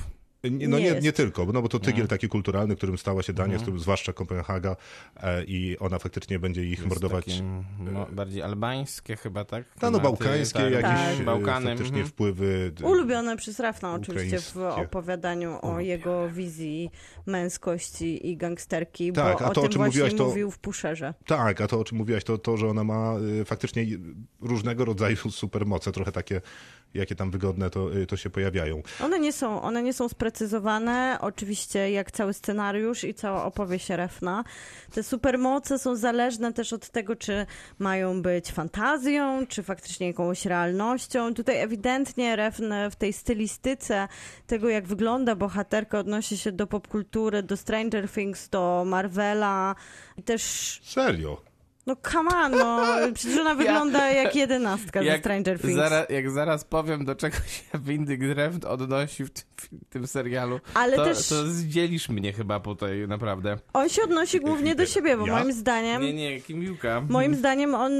Nie, no
nie
nie, nie,
jest. Mhm.
tylko, no bo to tygiel taki kulturalny, którym stała się Dania, z którym zwłaszcza Kopenhaga e, i ona faktycznie będzie ich mordować.
Takim, no, bardziej albańskie chyba, tak?
Mhm. No, no
Klimaty,
bałkańskie,
tak,
jakieś
Tak.
e,
Bałkany,
faktycznie
mhm.
wpływy. d-
Ulubione przez Rafna oczywiście w
Ukraińskie.
opowiadaniu o jego wizji męskości i gangsterki,
Tak,
bo
a to,
o
o
tym
czym
właśnie
mówiłaś, to-
mówił w Pusherze.
Tak, a to o czym mówiłaś, to to, że ona ma y, faktycznie y, różnego rodzaju supermoce, trochę takie, jakie tam wygodne, to, y, to się pojawiają.
One nie, są, one nie są sprecyzowane, oczywiście jak cały scenariusz i cała opowieść Refna. Te supermoce są zależne też od tego, czy mają być fantazją, czy faktycznie jakąś realnością. Tutaj ewidentnie Refn w tej stylistyce tego, jak wygląda bohaterka, odnosi się do popkultury, do Stranger Things, do Marvela i też...
Serio?
No come on, no, przecież ona wygląda jak jedenastka ze Stranger Things.
Zaraz, jak zaraz powiem, do czego się Windig Refn odnosi w tym, w tym serialu,
Ale
to,
też-
to zdzielisz mnie chyba tutaj, naprawdę.
On się odnosi głównie do siebie, bo
Ja?
moim zdaniem...
Nie, nie, Kim Juka.
Mhm.
Moim zdaniem on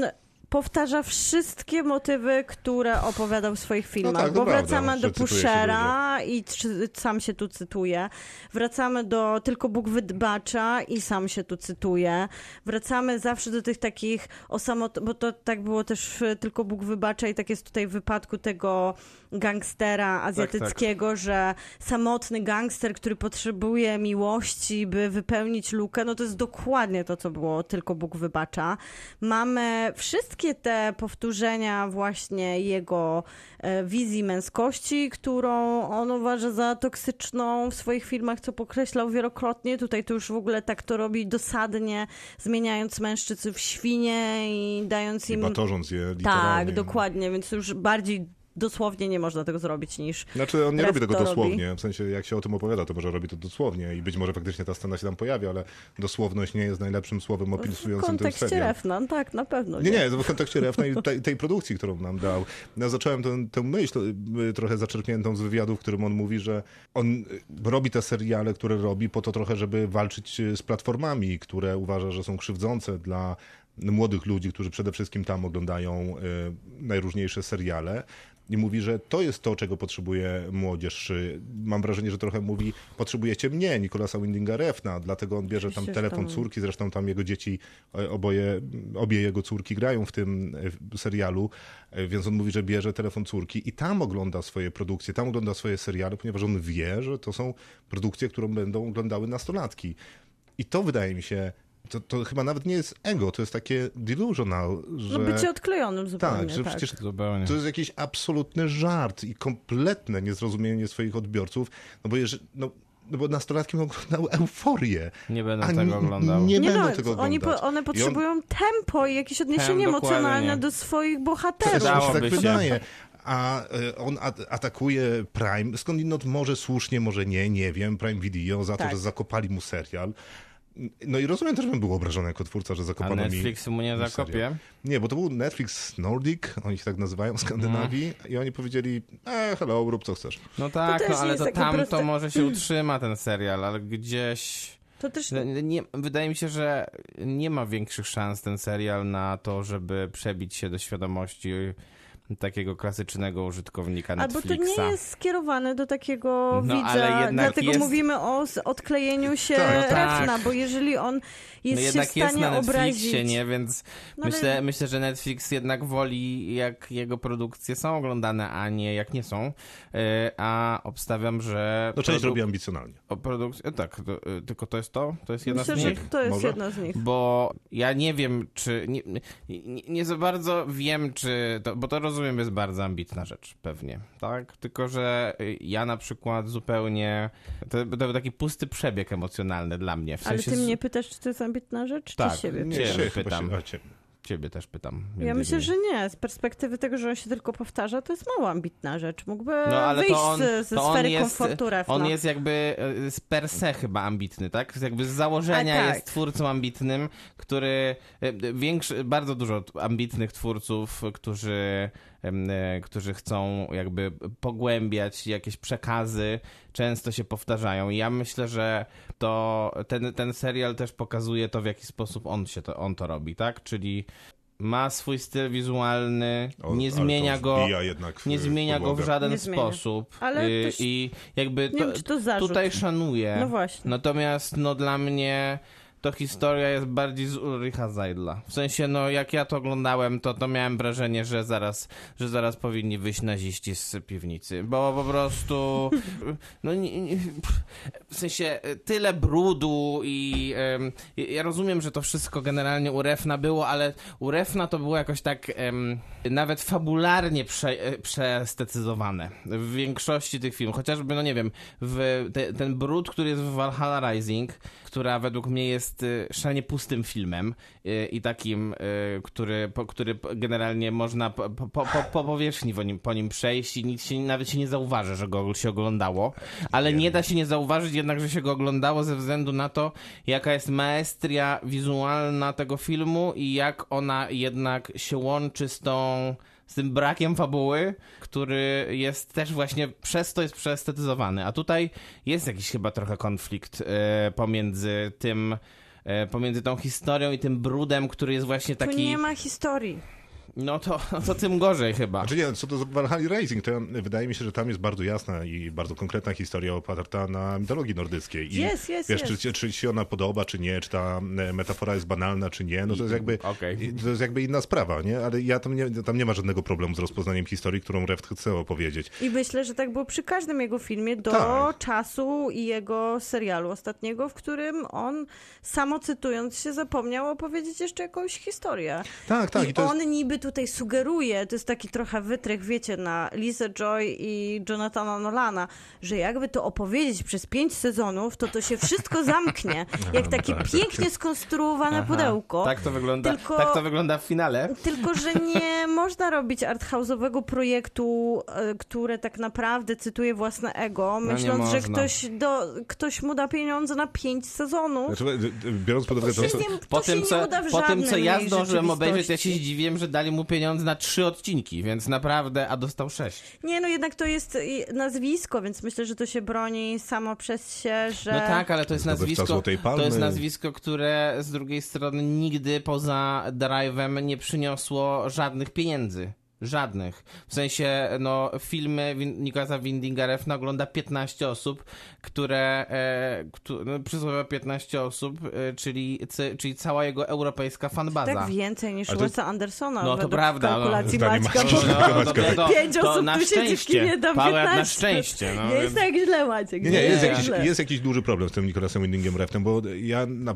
powtarza wszystkie motywy, które opowiadał w swoich filmach.
No tak, to
bo
prawda,
wracamy
że
do
cytuje się
Pushera i czy, sam się tu cytuje. Wracamy do Tylko Bóg wybacza i sam się tu cytuje. Wracamy zawsze do tych takich osamot... bo to tak było też w Tylko Bóg wybacza i tak jest tutaj w wypadku tego gangstera
tak.
azjatyckiego, że samotny gangster, który potrzebuje miłości, by wypełnić lukę, no to jest dokładnie to, co było, tylko Bóg wybacza. Mamy wszystkie te powtórzenia właśnie jego e, wizji męskości, którą on uważa za toksyczną w swoich filmach, co pokreślał wielokrotnie. Tutaj to już w ogóle tak to robi dosadnie, zmieniając mężczyzn w świnie i dając
I
im...
batorząc je literalnie.
Tak, dokładnie, więc już bardziej dosłownie nie można tego zrobić niż...
Znaczy on nie
Ref
robi tego
to
dosłownie, w sensie jak się o tym opowiada, to może robi to dosłownie i być może faktycznie ta scena się tam pojawia, ale dosłowność nie jest najlepszym słowem
W
opisującym ten
kontekście
serial.
Refna, tak, na pewno.
Nie, nie, to w kontekście Refna i tej, tej produkcji, którą nam dał. Ja zacząłem tę, tę myśl y, trochę zaczerpniętą z wywiadu, w którym on mówi, że on y, robi te seriale, które robi po to trochę, żeby walczyć y, z platformami, które uważa, że są krzywdzące dla młodych ludzi, którzy przede wszystkim tam oglądają y, najróżniejsze seriale. I mówi, że to jest to, czego potrzebuje młodzież. Y, Mam wrażenie, że trochę mówi, potrzebujecie mnie, Nikolasa Windinga Refna, dlatego on bierze tam
Oczywiście, że
telefon
tam-
córki, zresztą tam jego dzieci, e, oboje, obie jego córki grają w tym e, w serialu, e, więc on mówi, że bierze telefon córki i tam ogląda swoje produkcje, tam ogląda swoje seriale, ponieważ on wie, że to są produkcje, którą będą oglądały nastolatki. I to wydaje mi się, to, to chyba nawet nie jest ego, to jest takie delusional, że...
No bycie odklejonym zupełnie,
tak, że przecież
Zupełnie.
to jest jakiś absolutny żart i kompletne niezrozumienie swoich odbiorców, no bo jeżeli, no, no bo nastolatki będą oglądały euforię.
Nie będę
a
tego
n-
oglądał.
Nie,
Nie
będą
no,
tego
oni,
oglądać.
po, one
I on-
potrzebują tempo i jakieś odniesienie
Tem, dokładnie.
emocjonalne do swoich bohaterów.
też mi się
Przydałoby
tak
się.
wydaje. A y, on at- atakuje Prime, skądinąd może słusznie, może nie, nie wiem, Prime Video za to,
Tak.
że zakopali mu serial. No i rozumiem, też bym był obrażony jako twórca, że
A
zakopano mi
Netflix mu nie
serio.
zakopie.
nie, bo to był Netflix Nordic, oni się tak nazywają w Skandynawii, i oni powiedzieli, e, hello, rób co chcesz.
No tak,
też
no,
nie
ale
jest
to
takie
tam
proste.
to może się utrzyma ten serial, ale gdzieś...
To też
Nie- Nie, wydaje mi się, że nie ma większych szans ten serial na to, żeby przebić się do świadomości takiego klasycznego użytkownika
Albo
Netflixa.
to nie jest skierowane do takiego
No,
widza,
ale jednak
dlatego
jest-
mówimy o s- odklejeniu się
Tak, no
tak.
Refna, bo jeżeli on
no
jest się w
jednak
stanie
jest na Netflixie,
obrazić...
nie? Więc
No ale-
myślę, myślę, że Netflix jednak woli, jak jego produkcje są oglądane, a nie jak nie są. Yy, A obstawiam, że.
No część
produ-
robi ambicjonalnie.
o produkcje- Tak, to, yy, tylko to jest to? To jest jedna
Myślę,
z
że
nich?
to jest
Może?
jedna z nich.
Bo ja nie wiem, czy. Nie, nie, nie za bardzo wiem, czy. To, bo to rozumiem, jest bardzo ambitna rzecz, pewnie. Tak? Tylko, że y, ja na przykład zupełnie. To, to był taki pusty przebieg emocjonalny dla mnie. W
Ale
sensie
ty
z-
mnie pytasz, czy to jest ambitna rzecz,
Tak.
czy siebie?
Nie,
się
pytam.
chyba się- a, cię.
Ciebie też pytam.
Ja
między
myślę,
innymi.
że nie. Z perspektywy tego, że on się tylko powtarza, to jest mało ambitna rzecz. Mógłby
No, ale
e, wyjść
to on,
z- ze
to on
sfery
jest,
komfortu Refna.
On jest jakby e, z per se chyba ambitny, tak? Jakby z założenia
A tak.
jest twórcą ambitnym, który... e, Większy, bardzo dużo t- ambitnych twórców, którzy, em, e, którzy chcą jakby pogłębiać jakieś przekazy, często się powtarzają. I ja myślę, że to ten, ten serial też pokazuje to, w jaki sposób on, się to, on to robi, tak? Czyli ma swój styl wizualny,
O,
nie
ale to
zmienia go...
wbija jednak w-
Nie zmienia go w
podłogę.
żaden
Nie zmienia.
sposób.
Ale
Y,
też-
I jakby
Nie
to,
wiem, czy to zarzut.
tutaj szanuję.
No właśnie.
Natomiast no dla mnie to historia jest bardziej z Ulricha Zajdla. W sensie, no jak ja to oglądałem, to, to miałem wrażenie, że zaraz, że zaraz powinni wyjść naziści z piwnicy. Bo po prostu no nie, nie, pff, w sensie y, tyle brudu i em, ja- ja rozumiem, że to wszystko generalnie u Refna było, ale u Refna to było jakoś tak em, nawet fabularnie prze, e, przestecyzowane w większości tych filmów. Chociażby, no nie wiem, w te, ten brud, który jest w Valhalla Rising, która według mnie jest y, szalenie pustym filmem y, i takim, y, który, po, który p- generalnie można po, po, po, po powierzchni po nim, po nim przejść i nic się, nawet się nie zauważy, że go się oglądało, ale nie da się nie zauważyć jednak, że się go oglądało ze względu na to, jaka jest maestria wizualna tego filmu i jak ona jednak się łączy z tą z tym brakiem fabuły, który jest też właśnie przez to jest przeestetyzowany. A tutaj jest jakiś chyba trochę konflikt e, pomiędzy tym e, pomiędzy tą historią i tym brudem, który jest właśnie
Tu
taki
nie ma historii.
No to, to tym gorzej chyba.
Znaczy nie, co do Valhalla Rising, to ja- wydaje mi się, że tam jest bardzo jasna i bardzo konkretna historia oparta na mitologii nordyckiej. I
Jest, jest,
wiesz,
jest.
Czy, czy ci się ona podoba, czy nie, czy ta e, metafora jest banalna, czy nie, no to jest jakby,
Okej.
i- to jest jakby inna sprawa, nie? Ale ja tam nie, tam nie ma żadnego problemu z rozpoznaniem historii, którą Reft chce opowiedzieć.
I myślę, że tak było przy każdym jego filmie do
Tak.
czasu i jego serialu ostatniego, w którym on samo cytując się zapomniał opowiedzieć jeszcze jakąś historię.
Tak, tak.
I,
I to
on
jest,
niby tutaj sugeruje, to jest taki trochę wytrych, wiecie, na Lisa Joy i Jonathana Nolana, że jakby to opowiedzieć przez pięć sezonów, to to się wszystko zamknie. Jak takie
tak, tak.
pięknie skonstruowane
Aha.
pudełko.
Tak to wygląda,
Tylko-
tak to wygląda w finale.
Tylko, że nie można robić arthouse'owego projektu, e, które tak naprawdę cytuje własne ego,
nie
myśląc, że
można.
ktoś, do, ktoś mu da pieniądze na pięć sezonów.
znaczy, e, e, biorąc pod uwagę
się nie- No. to
Po
się
tym,
nie
co,
uda w
po tym, co
żadnej
ja
innej
zdążyłem obejrzeć, ja się
rzeczywistości.
zdziwiłem, że dali mu pieniądze na trzy odcinki, więc naprawdę, a dostał sześć.
Nie, no jednak to jest i- nazwisko, więc myślę, że to się broni samo przez się, że...
No tak, ale to jest
Zdobywca
nazwisko,
Złotej Palmy.
to jest nazwisko, które z drugiej strony nigdy poza Drive'em nie przyniosło żadnych pieniędzy. Żadnych. W sensie, no, filmy Win- Nikolasa Windinga Refna ogląda 15 osób, które, e, któ- no, przysłowiowe 15 osób, e, czyli, ce- czyli cała jego europejska fanbaza.
Tak więcej niż
A to-
Wes'a Andersona
No, to
według
prawda, no.
kalkulacji
Zdanie
Maćka,
Maćka.
bo
No,
Maćka.
to- to-
pięć
to
osób
na
tu siedzi w
szczęście.
kinie, tam
Paweł, na
15.
szczęście. No,
Nie jest tak źle, Maciek.
Nie, nie, jest,
tak
jakiś,
źle.
jest jakiś duży problem z tym Nicolasem Windingiem Reftem, bo ja na,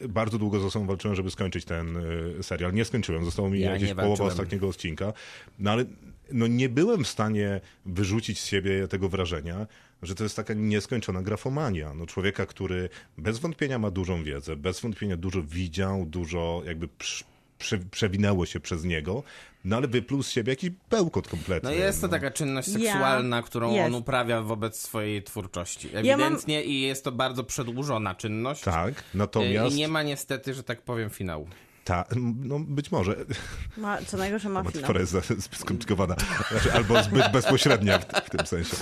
y, bardzo długo ze sobą walczyłem, żeby skończyć ten y, serial. Nie skończyłem, zostało mi
Ja
jakieś
nie
połowa
walczyłem.
ostatniego odcinka. No ale no, nie byłem w stanie wyrzucić z siebie tego wrażenia, że to jest taka nieskończona grafomania. No, człowieka, który bez wątpienia ma dużą wiedzę, bez wątpienia dużo widział, dużo jakby przy, przy, przewinęło się przez niego, no ale wypluł z siebie jakiś bełkot kompletny.
No jest to
no.
taka czynność
Ja-
seksualna, którą on
jest.
uprawia wobec swojej twórczości.
Ja mam-
Ewidentnie i jest to bardzo przedłużona czynność.
Tak,
Y,
natomiast...
I nie ma niestety, że tak powiem, finału.
Ta, no być może,
Ma, co najgorsze ma finał.
Metafora jest za- zbyt skomplikowana, znaczy, albo zbyt bezpośrednia w, w tym sensie.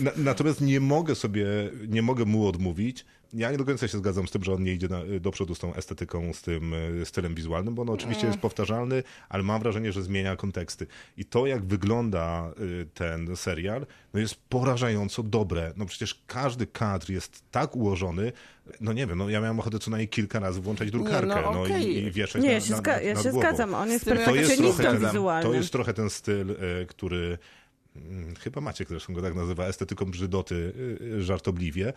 Na, natomiast nie mogę sobie, nie mogę mu odmówić. Ja nie do końca się zgadzam z tym, że on nie idzie na, do przodu z tą estetyką, z tym e, stylem wizualnym, bo on oczywiście
Mm.
jest powtarzalny, ale mam wrażenie, że zmienia konteksty. I to, jak wygląda e, ten serial, no jest porażająco dobre. No przecież każdy kadr jest tak ułożony, no nie wiem, no ja miałem ochotę co najmniej kilka razy włączać drukarkę
no
no,
okej.
i, i wieszać
Nie,
na,
ja się,
na,
zga- ja
nad
się
głową.
zgadzam, on jest
Z tym, No jak się
perfekcjonistą
zgadzam.
wizualnym.
To jest trochę ten styl, e, który mm, chyba Maciek zresztą go tak nazywa, estetyką brzydoty e, żartobliwie,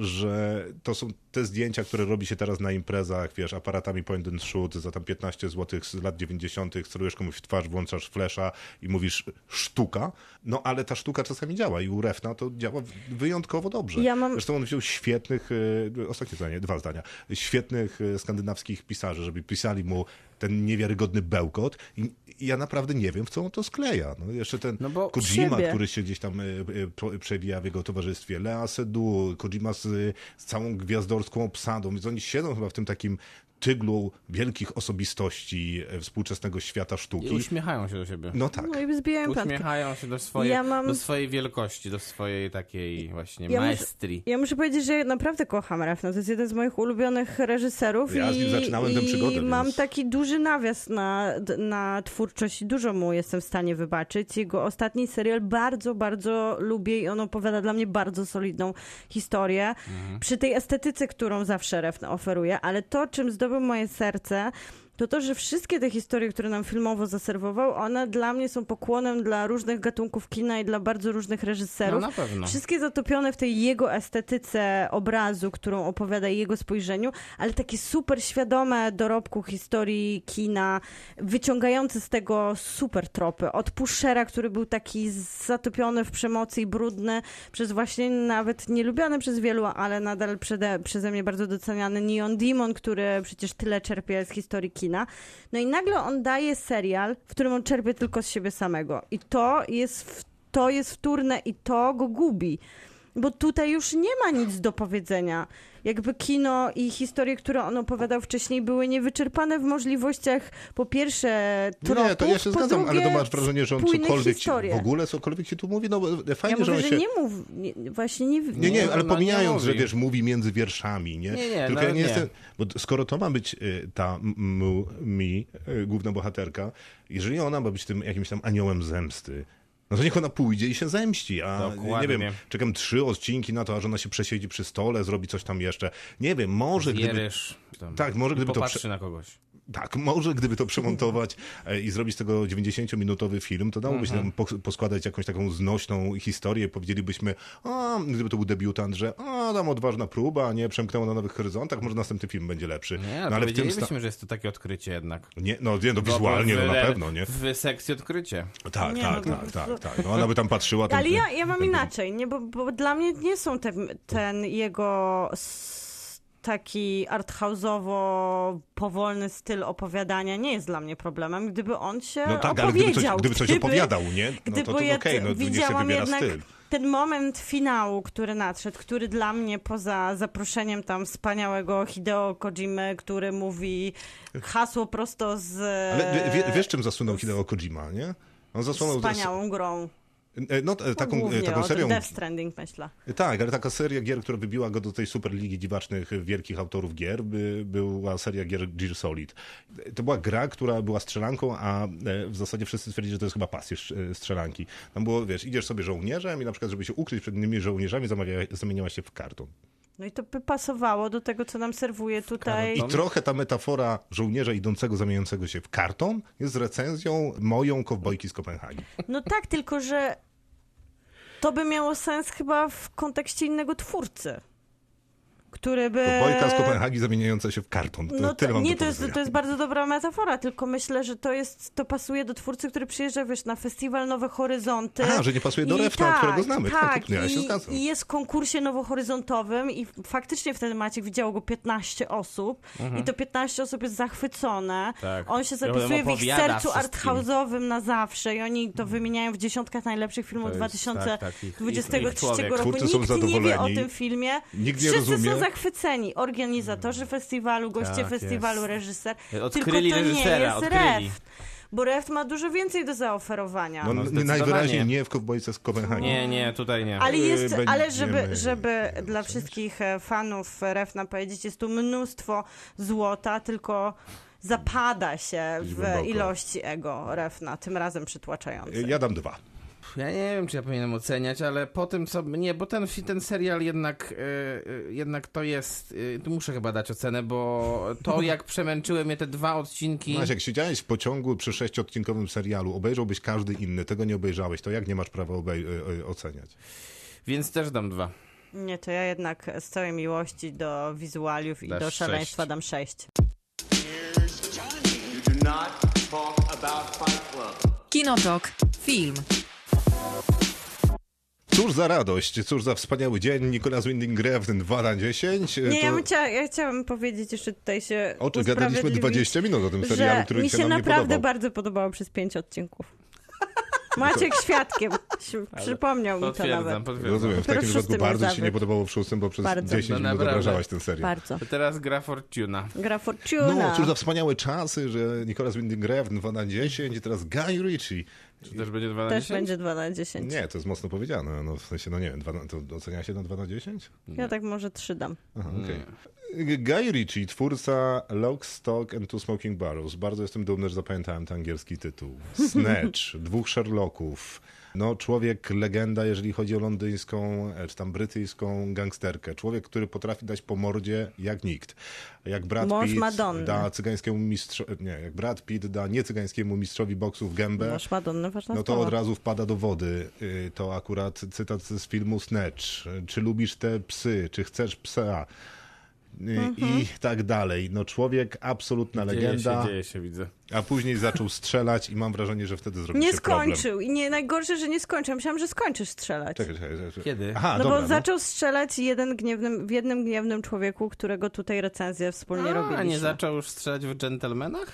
że to są te zdjęcia, które robi się teraz na imprezach, wiesz, aparatami point and shoot za tam 15 zł z lat 90., celujesz komuś w twarz, włączasz flesza i mówisz sztuka, no ale ta sztuka czasami działa i u Refna to działa w- wyjątkowo dobrze.
Ja mam-
Zresztą on wziął świetnych, e, ostatnie zdanie, dwa zdania, świetnych e, skandynawskich pisarzy, żeby pisali mu ten niewiarygodny bełkot i i ja naprawdę nie wiem, w co on to skleja. No, jeszcze ten
No bo
Kojima,
siebie.
który się gdzieś tam e, e, pro- przewija w jego towarzystwie, Lea Sedu, Kojima z, z całą gwiazdorską obsadą, więc oni siedzą chyba w tym takim tyglu wielkich osobistości e, współczesnego świata
I
sztuki.
uśmiechają się do siebie.
No tak.
No i zbijałem piątkę.
Uśmiechają się do swojej,
Ja mam-
do swojej wielkości, do swojej takiej właśnie
Ja muszę-
maestrii.
Ja muszę powiedzieć, że ja naprawdę kocham Refna. To jest jeden z moich ulubionych reżyserów
Ja z nim
i,
zaczynałem
i
tę przygodę,
mam
więc-
taki duży nawias na, na twórczość. i Dużo mu jestem w stanie wybaczyć. Jego ostatni serial bardzo, bardzo lubię i on opowiada dla mnie bardzo solidną historię
Mhm.
przy tej estetyce, którą zawsze Refna oferuje, ale to, czym zdobył moje serce, to to, że wszystkie te historie, które nam filmowo zaserwował, one dla mnie są pokłonem dla różnych gatunków kina i dla bardzo różnych reżyserów.
No, na pewno.
Wszystkie zatopione w tej jego estetyce obrazu, którą opowiada i jego spojrzeniu, ale takie super świadome dorobku historii kina, wyciągające z tego super tropy. Od Pushera, który był taki zatopiony w przemocy i brudny, przez właśnie nawet nielubiany przez wielu, ale nadal przede, przeze mnie bardzo doceniany Neon Demon, który przecież tyle czerpie z historii kina. No i nagle on daje serial, w którym on czerpie tylko z siebie samego. I to jest w to jest wtórne i to go gubi. Bo tutaj już nie ma nic do powiedzenia. Jakby kino i historie, które on opowiadał wcześniej, były niewyczerpane w możliwościach po pierwsze tropów,
nie, to ja się
po
zgadzam, ale to
drugie,
masz wrażenie, że on
spójnych
cokolwiek ci,
historiach.
w ogóle cokolwiek ci tu mówi? No e, fajnie,
Ja mówię,
że on
że
się...
nie mów, nie, właśnie nie...
Nie, nie,
Nie,
ale
ona No, nie
pomijając, że
mówi.
wiesz, mówi między wierszami, nie?
Nie, nie,
Tylko ja
nawet
nie
nie.
jestem. Bo t- skoro to ma być y, ta m- m- mi, y, główna bohaterka, jeżeli ona ma być tym jakimś tam aniołem zemsty. No to niech ona pójdzie i się zemści, a
Dokładnie.
nie wiem, czekam trzy odcinki na to, aż ona się przesiedzi przy stole, zrobi coś tam jeszcze. Nie wiem, może gdyby,
Wierysz. tam.
Tak, może
I
gdyby to
popatrzy
prze-
na kogoś.
tak, może gdyby to przemontować e, i zrobić z tego 90-minutowy film, to dałoby się
Mhm.
nam pok- poskładać jakąś taką znośną historię. Powiedzielibyśmy, a, gdyby to był debiutant, że a, tam odważna próba, nie, przemknęło na nowych horyzontach, może następny film będzie lepszy.
Nie,
no, ale w tym sta-
że jest to takie odkrycie jednak.
nie, no, nie, no wizualnie, no na
W-
pewno, nie?
W sekcji odkrycie.
Tak,
Nie,
tak,
no,
tak,
to-
tak, tak. No, ona by tam patrzyła. ten-
Ale ja, ja mam
ten-
inaczej, nie? Bo, bo dla mnie nie są te, ten jego s- taki arthouse'owo powolny styl opowiadania nie jest dla mnie problemem, gdyby on się
No tak, ale
opowiedział.
gdyby coś, gdyby coś opowiadał, nie? No
Gdyby
to, to okej,
ja
no
t-
niech sobie
widziałam
wybiera
jednak
styl.
ten moment finału, który nadszedł, który dla mnie poza zaproszeniem tam wspaniałego Hideo Kojimy, który mówi hasło prosto z
Ale wie, wiesz, czym zasłynął Hideo Kojima, nie? On zasłynął z,
e, wspaniałą grą.
e, no, e,
no,
taką, e,
głównie o
taką
tym
serią
Death Stranding myślę.
Tak, ale taka seria gier, która wybiła go do tej superligi dziwacznych e, wielkich autorów gier, by, była seria gier Gear Solid. E, To była gra, która była strzelanką, a e, w zasadzie wszyscy twierdzili, że to jest chyba pastisz e, strzelanki. Tam było, wiesz, idziesz sobie żołnierzem i na przykład, żeby się ukryć przed innymi żołnierzami, zamawia- zamieniałaś się w karton.
No i to by pasowało do tego, co nam serwuje tutaj.
No.
I trochę ta metafora żołnierza idącego, zamieniającego się w karton jest recenzją moją kowbojki z Kopenhagi.
No tak, tylko że to by miało sens chyba w kontekście innego twórcy, który by...
Kowbojka z Kopenhagi zamieniająca się w karton. To,
No
tyle
to,
mam
nie,
do
to jest,
powiedzenia.
to jest bardzo dobra metafora, tylko myślę, że to jest, to pasuje do twórcy, który przyjeżdża, wiesz, na festiwal Nowe Horyzonty.
A, że nie pasuje do
I
Refna,
tak,
którego znamy. Tak,
Tak,
to ja się zgadzam.
i, i jest w konkursie nowohoryzontowym i faktycznie wtedy Maciek widziało go 15 osób
Mhm.
i to 15 osób jest zachwycone.
Tak.
On się
Ja potem
zapisuje w ich
opowiada
sercu
wszystkim.
arthouse'owym na zawsze i oni
Mhm.
to wymieniają w dziesiątkach najlepszych filmów
To jest- tak, tak, ich-
2023
ich- ich człowiek.
roku.
Twórcy
Nikt
są
nie wie o
zadowoleni.
tym filmie.
Nikt nie
Wszyscy
rozumie.
są zachwyceni. Organizatorzy
Mm.
festiwalu, goście
Tak
festiwalu,
jest.
reżyser.
Odkryli
Tylko to
reżysera,
nie jest
odkryli.
Reft. Bo Reft ma dużo więcej do zaoferowania.
No,
No,
n-
zdecydowanie.
najwyraźniej nie w Kowbojce z Kopenhagi.
Nie, nie, tutaj nie.
Ale, jest,
Yy,
ale
będziemy-
żeby, żeby dla wszystkich e, fanów Refna powiedzieć, jest tu mnóstwo złota, tylko zapada się
głęboko.
w ilości ego Refna, tym razem przytłaczającej.
Ja dam dwa.
Ja nie wiem, czy ja powinienem oceniać, ale po tym, co... Nie, bo ten, fi- ten serial jednak, y, y, jednak to jest... y, tu muszę chyba dać ocenę, bo to, jak przemęczyły mnie te dwa odcinki...
Masz, jak siedziałeś w pociągu przy sześciodcinkowym serialu, obejrzałbyś każdy inny, tego nie obejrzałeś, to jak nie masz prawa obej- e, e, oceniać?
Więc też dam dwa.
Nie, to ja jednak z całej miłości do wizualiów i
Dasz
do
sześć.
szaleństwa dam sześć.
You do not talk about Fight Club.
Kinotok. Film.
Cóż za radość, cóż za wspaniały dzień, Nicolas Winding Refn 2 na 10. e,
Nie, ja,
to-
bym chciała, ja chciałam powiedzieć jeszcze tutaj się
O czym gadaliśmy
usprawiedliwić,
20 minut o tym serialu,
że
który
mi się
nam
naprawdę
nie podobał.
bardzo podobało przez pięć odcinków. Maciek świadkiem się przypomniał mi to nawet.
Potwierdzam, potwierdzam.
Rozumiem, w
Dopiero
takim
w
wypadku
szóstym
bardzo ci się
zawyk.
nie podobało w szóstym, bo przez
Bardzo.
10
No
minut
naprawdę.
obrażałaś ten serial.
Bardzo.
To teraz gra Fortuna.
Gra Fortuna.
No, cóż za wspaniałe czasy, że Nicolas Winding Refn 2 na 10 i teraz Guy Ritchie.
Czy też będzie dwa na
Też
10?
będzie 2 na 10.
Nie, to jest mocno powiedziane, no w sensie, no nie wiem, dwa na- to ocenia się na 2 na 10?
Ja tak może 3 dam.
Aha, okej. Guy Ritchie, twórca Lock, Stock and Two Smoking Barrels. Bardzo jestem dumny, że zapamiętałem ten angielski tytuł. Snatch, dwóch Sherlocków. No, człowiek legenda, jeżeli chodzi o londyńską, e, czy tam brytyjską gangsterkę. Człowiek, który potrafi dać po mordzie jak nikt. Jak Brad
Mąż
Pitt
Madonny.
da cygańskiemu mistrzowi, nie, jak Brad Pitt da niecygańskiemu mistrzowi boksu w gębę,
Masz Madonna, ważna
no to
sprawa.
od razu wpada do wody. Y, To akurat cytat z filmu Snatch. Czy lubisz te psy? Czy chcesz psa? Y,
Mhm.
I tak dalej. No człowiek, absolutna legenda.
Dzieje się, dzieje się, widzę.
A później zaczął strzelać i mam wrażenie, że wtedy zrobił
Nie
się problem.
skończył. I nie, najgorsze, że nie skończył. Myślałam, że skończysz strzelać.
Czekaj, czekaj, czekaj.
Kiedy?
Aha,
no
dobra,
bo zaczął strzelać jeden gniewnym, w jednym gniewnym człowieku, którego tutaj recenzję wspólnie
A
robiliśmy.
nie zaczął już strzelać w dżentelmenach?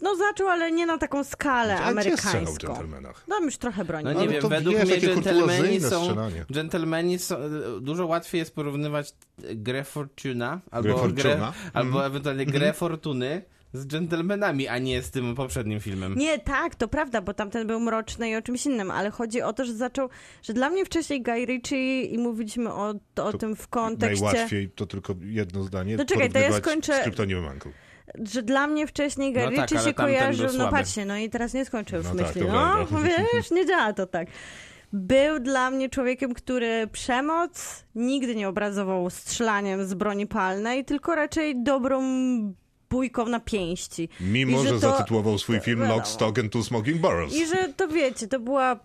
No zaczął, ale nie na taką skalę
A gdzie strzelał w
amerykańską.
dżentelmenach?
No już trochę broni.
No nie
Ale
wiem,
to
według
wiesz,
mnie
jakie
dżentelmeni
kurtuazyjne
są,
strzelanie.
dżentelmeni są, e, dużo łatwiej jest porównywać e, grę Fortuna
Grę
albo,
Fortuna.
grę,
Mhm.
albo ewentualnie grę Fortuny z dżentelmenami, a nie z tym poprzednim filmem.
Nie, tak, to prawda, bo tamten był mroczny i o czymś innym, ale chodzi o to, że zaczął, że dla mnie wcześniej Guy Ritchie i mówiliśmy o, o
To
tym w kontekście,
Najłatwiej, to tylko jedno zdanie,
No czekaj, to ja
porównywać
skończę-
z kryptonimem Uncle.
że dla mnie wcześniej Guy
No tak,
Ritchie
ale
się
tamten
kojarzył,
był
no
słaby.
patrzcie, no i teraz nie skończę już
No tak,
myśli,
to
no
prawda.
wiesz, nie działa to tak. Był dla mnie człowiekiem, który przemoc nigdy nie obrazował strzelaniem z broni palnej, tylko raczej dobrą bójką na pięści.
Mimo,
I
że,
że to-
zatytułował swój film
wiadomo.
Lock, Stock and Two Smoking Barrels.
I że to wiecie, to była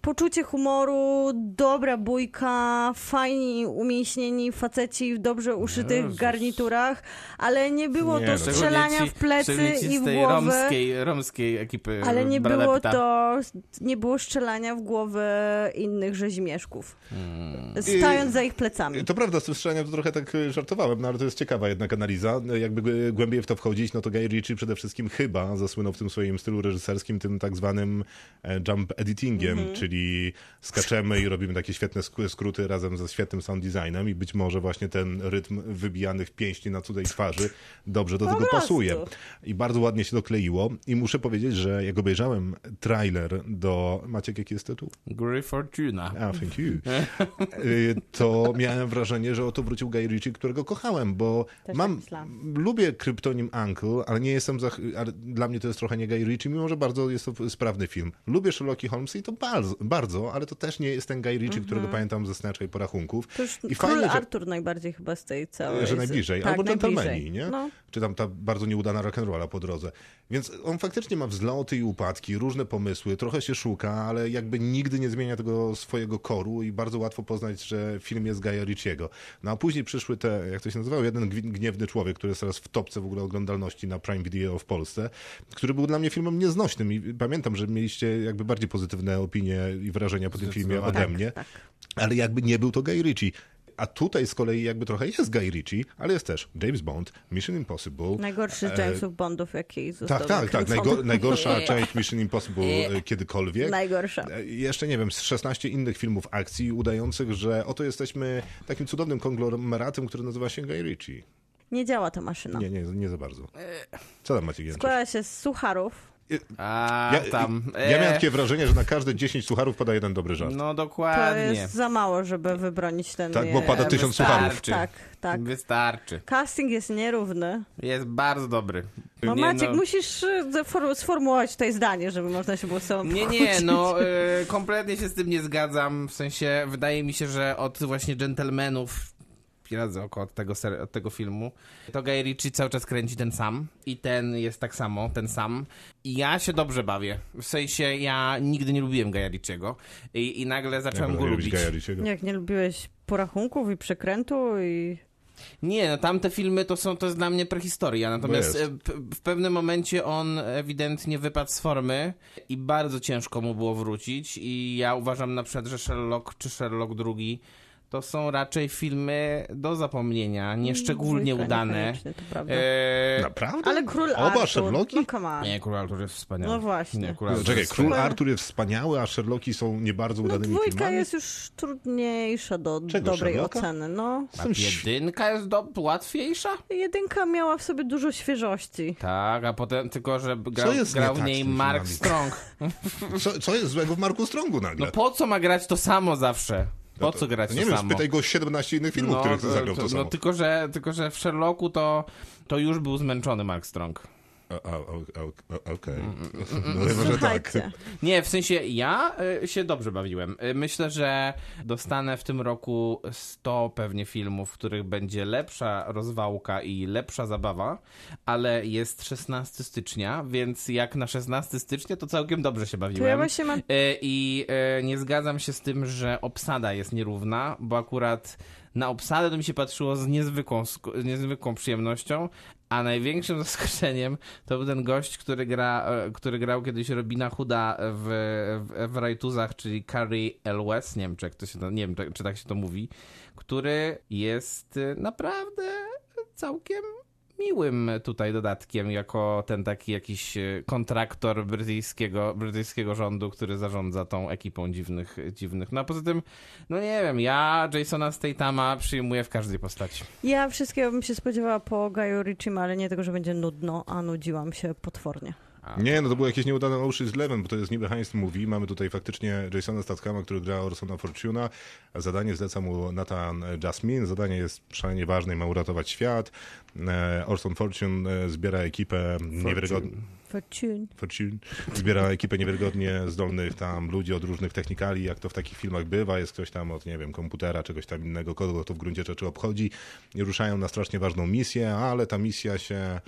poczucie humoru, dobra bójka, fajni, umięśnieni faceci w dobrze uszytych
Jezus.
garniturach, ale nie było
Nie,
to
no.
Szczególnie
strzelania
ci-
w plecy
szczególnie ci
i
z
w
tej
głowę.
romskiej, romskiej ekipy e,
Ale nie
Brada
było
Pitta.
to, nie było strzelania w głowę innych rzezimieszków,
Hmm.
stając
I-
za ich plecami.
To prawda, z tym strzelaniem to trochę tak e, żartowałem, no ale to jest ciekawa jednak analiza. E, Jakby e, głębiej w to wchodzić, no to Guy Ritchie przede wszystkim chyba zasłynął w tym swoim stylu reżyserskim, tym tak zwanym e, jump editingiem,
Mhm.
czyli skaczemy i robimy takie świetne sk- skróty razem ze świetnym sound designem i być może właśnie ten rytm wybijanych pięści na cudzej twarzy dobrze do
Po
tego
prostu.
pasuje. I bardzo ładnie się dokleiło i muszę powiedzieć, że jak obejrzałem trailer do... Maciek, jaki jest tytuł?
Gry Fortuna.
Ah, thank you. Y, to miałem wrażenie, że oto wrócił Guy Ritchie, którego kochałem, bo
Też tak
mam,
myślałam.
lubię kryptonim Uncle, ale nie jestem, za, ale dla mnie to jest trochę nie Guy Ritchie, mimo że bardzo jest to sprawny film. Lubię Sherlocki Holmes i to bardzo, bardzo ale to też nie jest ten Guy Ritchie, którego pamiętam ze Snatcha i Porachunków.
Mhm. To już
I
Król
fajnie, że,
Artur najbardziej chyba z tej całej...
że najbliżej,
tak,
albo
najbliżej.
Gentlemani, nie?
No.
Czy tam ta bardzo nieudana rock'n'rolla po drodze. Więc on faktycznie ma wzloty i upadki, różne pomysły, trochę się szuka, ale jakby nigdy nie zmienia tego swojego koru i bardzo łatwo poznać, że film jest Gaja Ricciego. No a później przyszły te, jak to się nazywało, jeden gwi- gniewny człowiek, który jest teraz w topce w ogóle oglądalności na Prime Video w Polsce, który był dla mnie filmem nieznośnym i pamiętam, że mieliście jakby bardziej pozytywne opinie i wrażenia po tym filmie ode mnie, ale jakby nie był to Guy Ritchie. A tutaj z kolei jakby trochę jest Guy Ritchie, ale jest też James Bond, Mission Impossible.
Najgorszy z
E,
Jamesów Bondów, jaki został
Tak, tak, tak.
nakręcony.
Najgo- najgorsza część Mission Impossible e, kiedykolwiek.
Najgorsza.
E, Jeszcze nie wiem, z 16 innych filmów akcji udających, że oto jesteśmy takim cudownym konglomeratem, który nazywa się Guy Ritchie.
Nie działa ta maszyna.
Nie, nie, nie za bardzo. Co tam Maciek Jędrzej?
Składa się z sucharów.
A
Ja,
tam.
ja miałem
e,
takie wrażenie, że na każde 10 sucharów pada jeden dobry żart.
To
No dokładnie.
jest za mało, żeby wybronić ten...
Tak, bo pada
e,
tysiąc
wystarczy.
sucharów.
Tak, tak.
Wystarczy.
Casting jest nierówny.
Jest bardzo dobry.
No
Nie,
Maciek,
no-
musisz y, zafor- sformułować tutaj zdanie, żeby można się było z sobą
Nie, nie,
pokłócić.
no e, kompletnie się z tym nie zgadzam. W sensie wydaje mi się, że od właśnie dżentelmenów radzę oko od tego, ser- od tego filmu. To Guy Ritchie cały czas kręci ten sam i ten jest tak samo, ten sam. I ja się dobrze bawię. W sensie ja nigdy nie lubiłem Guy Ritchiego i, i nagle zacząłem go
Lubię
lubić.
Guya Ritchiego.
Jak nie lubiłeś porachunków i przekrętu i...
Nie, no tamte filmy to są, to jest dla mnie prehistoria, natomiast
Bo No jest.
e, p- w pewnym momencie on ewidentnie wypadł z formy i bardzo ciężko mu było wrócić i ja uważam na przykład, że Sherlock czy Sherlock II to są raczej filmy do zapomnienia, nieszczególnie
Dwójka
udane.
Mm, niekoniecznie, to prawda.
E,
Naprawdę?
Ale król
Oba
Artur,
Sherlocki?
no come on.
nie, Król Artur jest wspaniały.
No właśnie.
Nie, Król
No,
Artur
Czekaj,
jest
król
wspaniały.
Artur jest wspaniały, a Sherlocki są nie bardzo
No
udanymi
dwójka
filmami.
jest już trudniejsza do
Czego,
dobrej
Sherlocka?
oceny, no.
A jedynka jest do, łatwiejsza?
Jedynka miała w sobie dużo świeżości.
Tak, a potem tylko, że gra,
Co jest nie
grał w
tak z
niej
tymi
Mark
filmami?
Strong.
Co, co jest złego w Marku Strongu nagle?
No po co ma grać to samo zawsze? Po co grać to
No Nie wiem,
samo?
spytaj go o 17 innych filmów, których
No, to-
zagrał to,
to-
samo.
No tylko że, tylko, że w Sherlocku to, to już był zmęczony Mark Strong.
A, a, a, a, a, Okej.
Mm,
No chyba, że tak.
Słuchajcie,
Nie, w sensie ja y, się dobrze bawiłem. Y, myślę, że dostanę w tym roku 100 pewnie filmów, w których będzie lepsza rozwałka i lepsza zabawa, ale jest 16 stycznia, więc jak na 16 stycznia to całkiem dobrze się
tu ja
bawiłem.
właśnie mam
E, I e, nie zgadzam się z tym, że obsada jest nierówna, bo akurat na obsadę to mi się patrzyło z niezwykłą, sk- niezwykłą przyjemnością, a największym zaskoczeniem to był ten gość, który, gra, e, który grał kiedyś Robina Hooda w, w, w Rajtuzach, czyli Carrie Elwes, nie wiem, czy, jak to się to, nie wiem czy, czy tak się to mówi, który jest e, naprawdę całkiem miłym tutaj dodatkiem, jako ten taki jakiś e, kontraktor brytyjskiego, brytyjskiego rządu, który zarządza tą ekipą dziwnych, dziwnych. No a poza tym, no nie wiem, ja Jasona Statama przyjmuję w każdej postaci.
Ja wszystkiego bym się spodziewała po Gaju Ritchim, ale nie tego, że będzie nudno, a nudziłam się potwornie.
Nie, no to było jakieś nieudane Ocean's Eleven, bo to jest niby heist movie. Mamy tutaj faktycznie Jasona Stathama, który gra Orsona Fortuna. a Zadanie zleca mu Nathan Jasmine. Zadanie jest szalenie ważne i ma uratować świat. E, Orson Fortune e, zbiera ekipę niewiarygodnie...
Fortune.
Fortune zbiera ekipę niewiarygodnie zdolnych tam ludzi od różnych technikali, jak to w takich filmach bywa. Jest ktoś tam od, nie wiem, komputera, czegoś tam innego, kogo to w gruncie rzeczy obchodzi. I ruszają na strasznie ważną misję, ale ta misja się...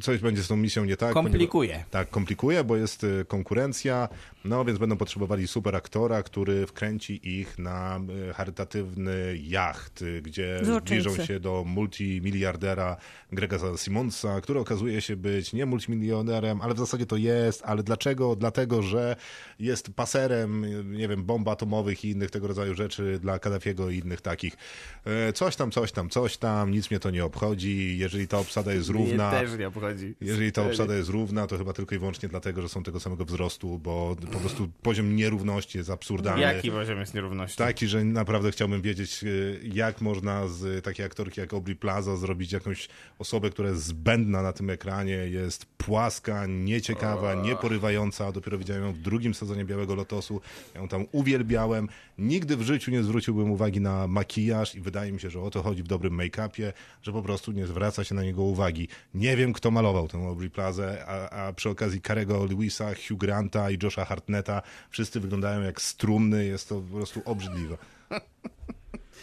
Coś będzie z tą misją nie tak. ponieważ-
Komplikuje.
tak, komplikuje, bo jest y, konkurencja, no więc będą potrzebowali super aktora, który wkręci ich na y, charytatywny jacht, y, gdzie
Złoczyńcy.
zbliżą się do multimiliardera Grega Simonsa, który okazuje się być nie multimilionerem, ale w zasadzie to jest, ale dlaczego? Dlatego, że jest paserem, y, nie wiem, bomb atomowych i innych tego rodzaju rzeczy dla Kaddafiego i innych takich. E, Coś tam, coś tam, coś tam, nic mnie to nie obchodzi, jeżeli ta obsada jest równa...
Mnie też nie obchodzi.
Jeżeli ta obsada jest równa, to chyba tylko i wyłącznie dlatego, że są tego samego wzrostu, bo po prostu poziom nierówności jest absurdalny.
Jaki poziom jest nierówności?
Taki, że naprawdę chciałbym wiedzieć, y, jak można z takiej aktorki jak Aubrey Plaza zrobić jakąś osobę, która jest zbędna na tym ekranie, jest płaska, nieciekawa, nieporywająca, a dopiero widziałem ją w drugim sezonie Białego Lotosu, ja ją tam uwielbiałem. Nigdy w życiu nie zwróciłbym uwagi na makijaż i wydaje mi się, że o to chodzi w dobrym make-upie, że po prostu nie zwraca się na niego uwagi. Nie wiem, kto malował tę Aubrey Plazę, a, a przy okazji Karego Lewisa, Hugh Granta i Josha Hartneta wszyscy wyglądają jak strumny, jest to po prostu obrzydliwe.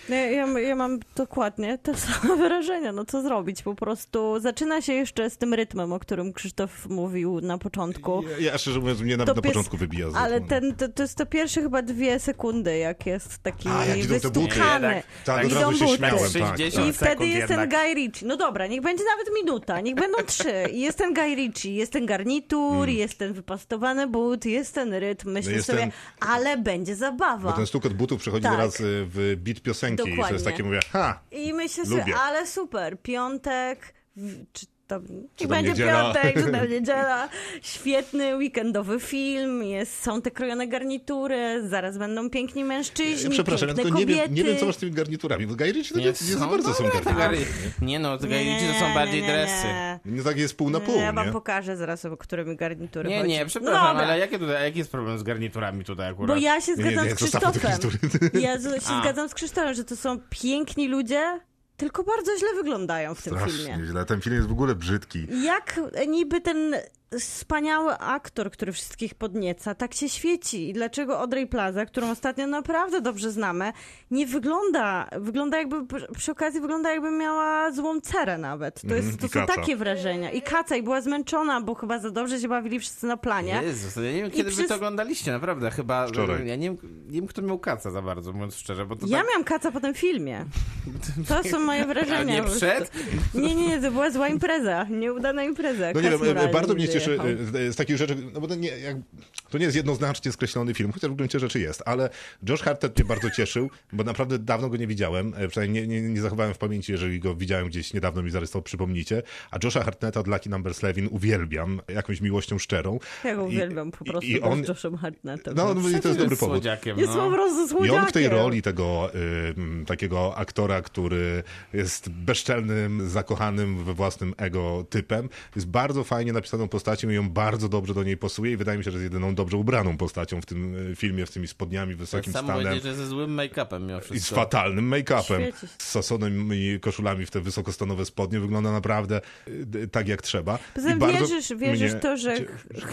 No, Ja, ja, ja mam dokładnie te same wrażenia, no co zrobić? Po prostu zaczyna się jeszcze z tym rytmem, o którym Krzysztof mówił na początku.
Ja, ja szczerze mówiąc, mnie nawet na
To pies-
początku wybija z
Ale
rytmu.
ten, to, to jest to pierwsze chyba dwie sekundy, jak jest taki
A, jak idą te buty.
wystukany.
Tak, od
Idą
razu się
buty.
śmiałem, tak.
60
tak.
I wtedy
sekund
jest ten
jednak.
Guy Ritchie. No dobra, niech będzie nawet minuta, niech będą trzy. I jest ten Guy Ritchie, jest ten garnitur, jest ten wypastowany but, jest ten rytm. Myślę
Hmm. No jest
sobie,
ten-
ale będzie zabawa.
Bo ten stukot butów przychodzi
Tak.
teraz y, w bit piosenki i to
Dokładnie.
jest takie, mówię, ha,
I myślę sobie,
Lubię.
ale super, piątek, w- czy tam, czy
tam
będzie
niedziela.
piątek, czy tam niedziela, świetny weekendowy film, jest, są te krojone garnitury, zaraz będą piękni mężczyźni,
Ja przepraszam, ja
piękne
tylko nie
kobiety.
wiem, nie wiem, co masz z tymi garniturami, bo Guy Ritchie to nie, nie, za bardzo są
dobre te
garnitury.
gary- No, Nie no, te gajlici to są bardziej dresy.
Nie tak jest pół na pół,
Ja wam
nie?
pokażę zaraz, o którymi garnitury
Nie,
chodzi. No
nie, przepraszam,
Dobra,
ale jakie tutaj, jaki jest problem z garniturami tutaj akurat?
Bo ja się
Nie, nie,
zgadzam
nie,
z
zostawmy te
Krzysztofem.
garnitury.
Ja z- się
A.
zgadzam z Krzysztofem, że to są piękni ludzie, tylko bardzo źle wyglądają w tym filmie.
Strasznie źle, ten film jest w ogóle brzydki.
Mm, Jak niby ten wspaniały aktor, który wszystkich podnieca, tak się świeci? I dlaczego Audrey Plaza, którą ostatnio naprawdę dobrze znamy, nie wygląda, wygląda jakby, przy okazji wygląda jakby miała złą cerę nawet. To, jest,
Mhm,
to
i
są
kaca.
takie wrażenia. I kaca, i była zmęczona, bo chyba za dobrze się bawili wszyscy na planie.
Jezus, no ja nie wiem, kiedy wy
przez-
to oglądaliście, naprawdę, chyba...
Wczoraj.
Ja nie wiem, nie wiem, kto miał kaca za bardzo, mówiąc szczerze, bo to
Ja
tak...
miałam kaca po tym filmie. To są moje
A
wrażenia.
nie
po prostu.
przed?
Nie, nie, nie, to była zła impreza. Nieudana impreza.
No nie
Kac
wiem, e,
Muralny
bardzo mnie cieszy
wyjechał.
e, z takich rzeczy, no bo to nie, jak, to nie jest jednoznacznie skreślony film, chociaż w gruncie rzeczy jest, ale Josh Hartnett mnie bardzo cieszył, bo naprawdę dawno go nie widziałem, e, przynajmniej nie, nie, nie zachowałem w pamięci, jeżeli go widziałem gdzieś niedawno mi zaraz to przypomnicie, a Josha Hartnetta od Lucky Numbers Levin uwielbiam jakąś miłością szczerą.
Ja go
I-
uwielbiam po
i-
prostu
I on,
z Joshem Hartnettem.
no, no i to jest dobry
Z
powód.
słodziakiem,
Jest po
no.
prostu
I
słodziakiem.
on w tej roli tego y, m, takiego aktora, który jest bezczelnym, zakochanym we własnym ego typem, jest bardzo fajnie napisaną postacią i ją bardzo dobrze do niej pasuje i wydaje mi się, że jest jedyną dobrze ubraną postacią w tym y, filmie, z tymi spodniami, wysokim
Sam
stanem.
powiedzieć, że ze złym make-upem miał wszystko.
I z fatalnym make-upem,
Świeci się.
z sasonymi koszulami w te wysokostanowe spodnie, wygląda naprawdę y, d- tak jak trzeba.
Poza tym
I bardzo
wierzysz, wierzysz
mnie
to, że
cie-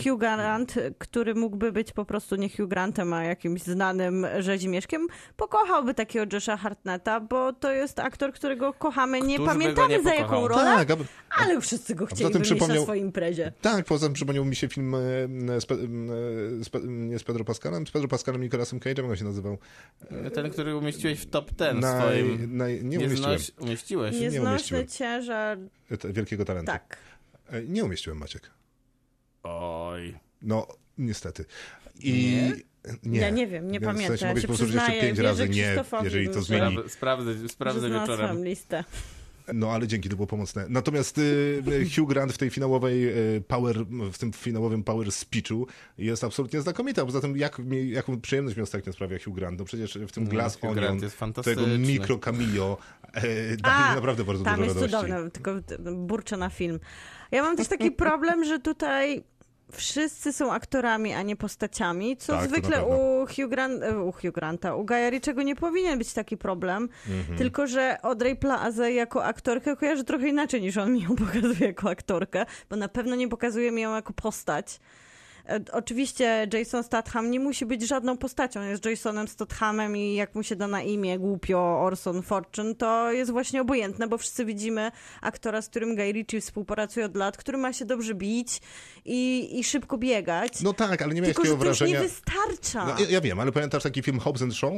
Hugh Grant, który mógłby być po prostu nie Hugh Grantem, a jakimś znanym rzezimieszkiem, pokochałby takiego Josha Hartneta, bo to jest aktor, którego kochamy, nie
Któż by go
pamiętamy
nie
za jaką
pokochał?
rolę,
Tak, a-
ale wszyscy go
poza
chcieli
tym
mieć na
przypomniał-
swojej imprezie.
Tak, poza tym przypomniał mi się film e, e, z, Pe- m, e, z, Pe- m, nie z Pedro Pascalem, z Pedro Pascalem i Nicolasem Cage'em, jak on się nazywał.
No, Ten, który umieściłeś w top ten
Naj-
swoim.
naj- nie umieściłem
znoś- umieściłeś.
Nie
Nieznośny
umieściłem.
ciężar,
te- wielkiego talentu.
tak.
E, Nie umieściłem, Maciek.
Oj.
No, niestety. I... Nie.
Ja nie wiem, nie
Więc
pamiętam, ja
mogę
się
powtórzyć
przyznaję,
jeszcze pięć
wierzę
razy nie,
Krzysztofowi,
jeżeli to
że-
zmieni.
Sprawdzę, sprawdzę
Że
wieczorem.
znalazłam listę.
No ale dzięki, to było pomocne. Natomiast y, Hugh Grant w tej finałowej y, power, w tym finałowym power speechu jest absolutnie znakomity. A poza tym jak, mi- jaką przyjemność mi ostatnio sprawia Hugh Grant? No przecież w tym
No,
Glass
Hugh
Onion,
Grant jest fantastyczny.
tego mikro cameo e, daje mi naprawdę bardzo
tam
dużo
jest
radości.
cudowne, tylko t- burczę na film. Ja mam też taki problem, że tutaj wszyscy są aktorami, a nie postaciami, co
Tak, to na
zwykle
pewno.
u Hugh, Grant, e, u Hugh Granta, u Gaja Riczego nie powinien być taki problem,
Mhm.
tylko że Audrey Plaza jako aktorkę kojarzy trochę inaczej niż on mi ją pokazuje jako aktorkę, bo na pewno nie pokazuje mi ją jako postać. E, Oczywiście Jason Statham nie musi być żadną postacią. Jest Jasonem Stathamem i jak mu się da na imię głupio Orson Fortune, to jest właśnie obojętne, bo wszyscy widzimy aktora, z którym Guy Ritchie współpracuje od lat, który ma się dobrze bić i, i szybko biegać.
No tak, ale nie miałeś
Tylko, że
takiego
to już nie
wrażenia...
wystarcza.
No, ja, ja wiem, ale pamiętasz taki film Hobbs and Shaw?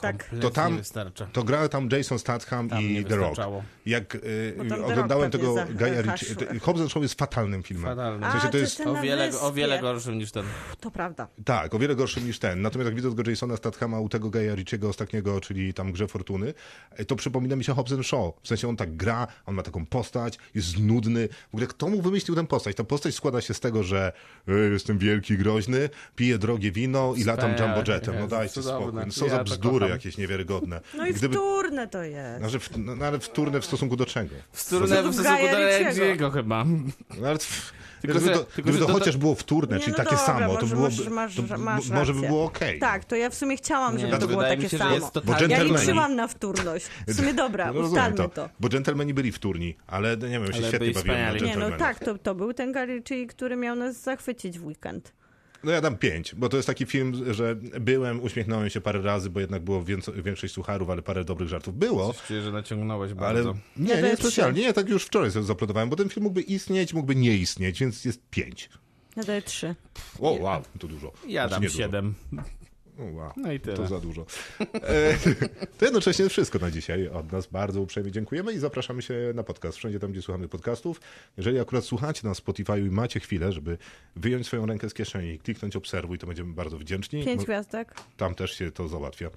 Tak.
Kompletnie
To tam-
nie wystarcza.
To grał tam Jason Statham
Tam nie
i The Rock.
wystarczało.
Jak y,
Bo No tam The Rock
oglądałem
pewnie
tego
za-
Gaja
zahaszył.
Ritchie- Hobbs and Shaw jest fatalnym filmem.
Fatalny.
W sensie
A,
to
to
jest...
ten-
O
na
wiele, o wiele
wyspie.
gorszym niż ten.
To prawda.
Tak, o wiele gorszym niż ten. Natomiast jak widzę tego Jasona Stathama u tego Gaja Ritchiego ostatniego, czyli tam Grze Fortuny, e, to przypomina mi się Hobbs and Shaw. W sensie on tak gra, on ma taką postać, jest nudny. W ogóle kto mu wymyślił tę postać? Ta postać składa się z tego, że e, jestem wielki, groźny, piję drogie wino i latam
Wspaniale.
jumbo jetem. No
Jezu,
dajcie
cudowne.
spokój. No Co
Ja
za
to
bzdury
kocham.
jakieś niewiarygodne.
No i
Gdyby-
wtórne to jest.
no, że w, no, ale wtórne w stosunku do czego?
Wtórne
do
w stosunku
Gaja
do
Ritchiego.
Ritchiego chyba.
No, ale w,
Tylko,
gdyby
że-
to,
tylko,
gdyby
że
to
to-
chociaż było wtórne,
Nie,
czyli
no
znaczy, takie
dobra,
samo, to
może
byłoby,
masz- masz-
to
masz
może by
rację.
było okej.
Tak, to ja w sumie chciałam, żeby
no,
to było
wydaje
takie
mi się, że
samo.
jest totalnie-
Bo
ja
dżentelmeni.
liczyłam na wtórność. W sumie dobra,
No, rozumiem
ustalmy
to.
to.
Bo dżentelmeni byli wtórni, ale no, nie wiem, się
Ale
świetnie
byli
bawiłem na
wspaniali.
Nie, no
dżentelmenach.
tak, to, to był ten Guy Ritchie, który miał nas zachwycić w weekend.
No ja dam pięć, bo to jest taki film, że byłem, uśmiechnąłem się parę razy, bo jednak było więco, większość sucharów, ale parę dobrych żartów było.
Czuję, że naciągnąłeś
Ale
bardzo.
nie,
Ja
nie
daję trzy.
specjalnie. Nie, tak już wczoraj sobie zaplanowałem, bo ten film mógłby istnieć, mógłby nie istnieć, więc jest pięć.
Ja daję trzy.
O, wow, to dużo.
Ja
Znaczy,
dam
nie dużo.
siedem.
O, wow.
No i
To
tyle.
za dużo. E, To jednocześnie wszystko na dzisiaj od nas. Bardzo uprzejmie dziękujemy i zapraszamy się na podcast. Wszędzie tam, gdzie słuchamy podcastów. Jeżeli akurat słuchacie na Spotify i macie chwilę, żeby wyjąć swoją rękę z kieszeni i kliknąć obserwuj, to będziemy bardzo wdzięczni.
Pięć
Bo
gwiazdek.
Tam też się to załatwia.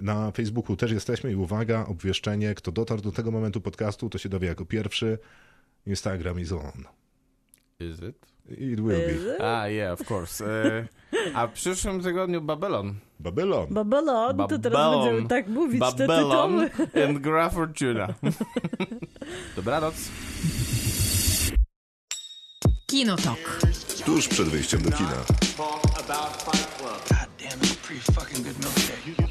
Na Facebooku też jesteśmy i uwaga, obwieszczenie, kto dotarł do tego momentu podcastu, to się dowie jako pierwszy. Instagram is on.
Is it?
It will be.
Ah, yeah, of course. E, A w przyszłym tygodniu Babylon.
Babylon.
Babylon, to teraz
Babylon.
będziemy tak mówić, te
Babylon
tytuły.
and Gra Fortuna. Dobranoc.
Kinotok.
Tuż przed wyjściem do kina.
Talk about Fight Club. God damn it, pretty fucking good milkshake. You- you-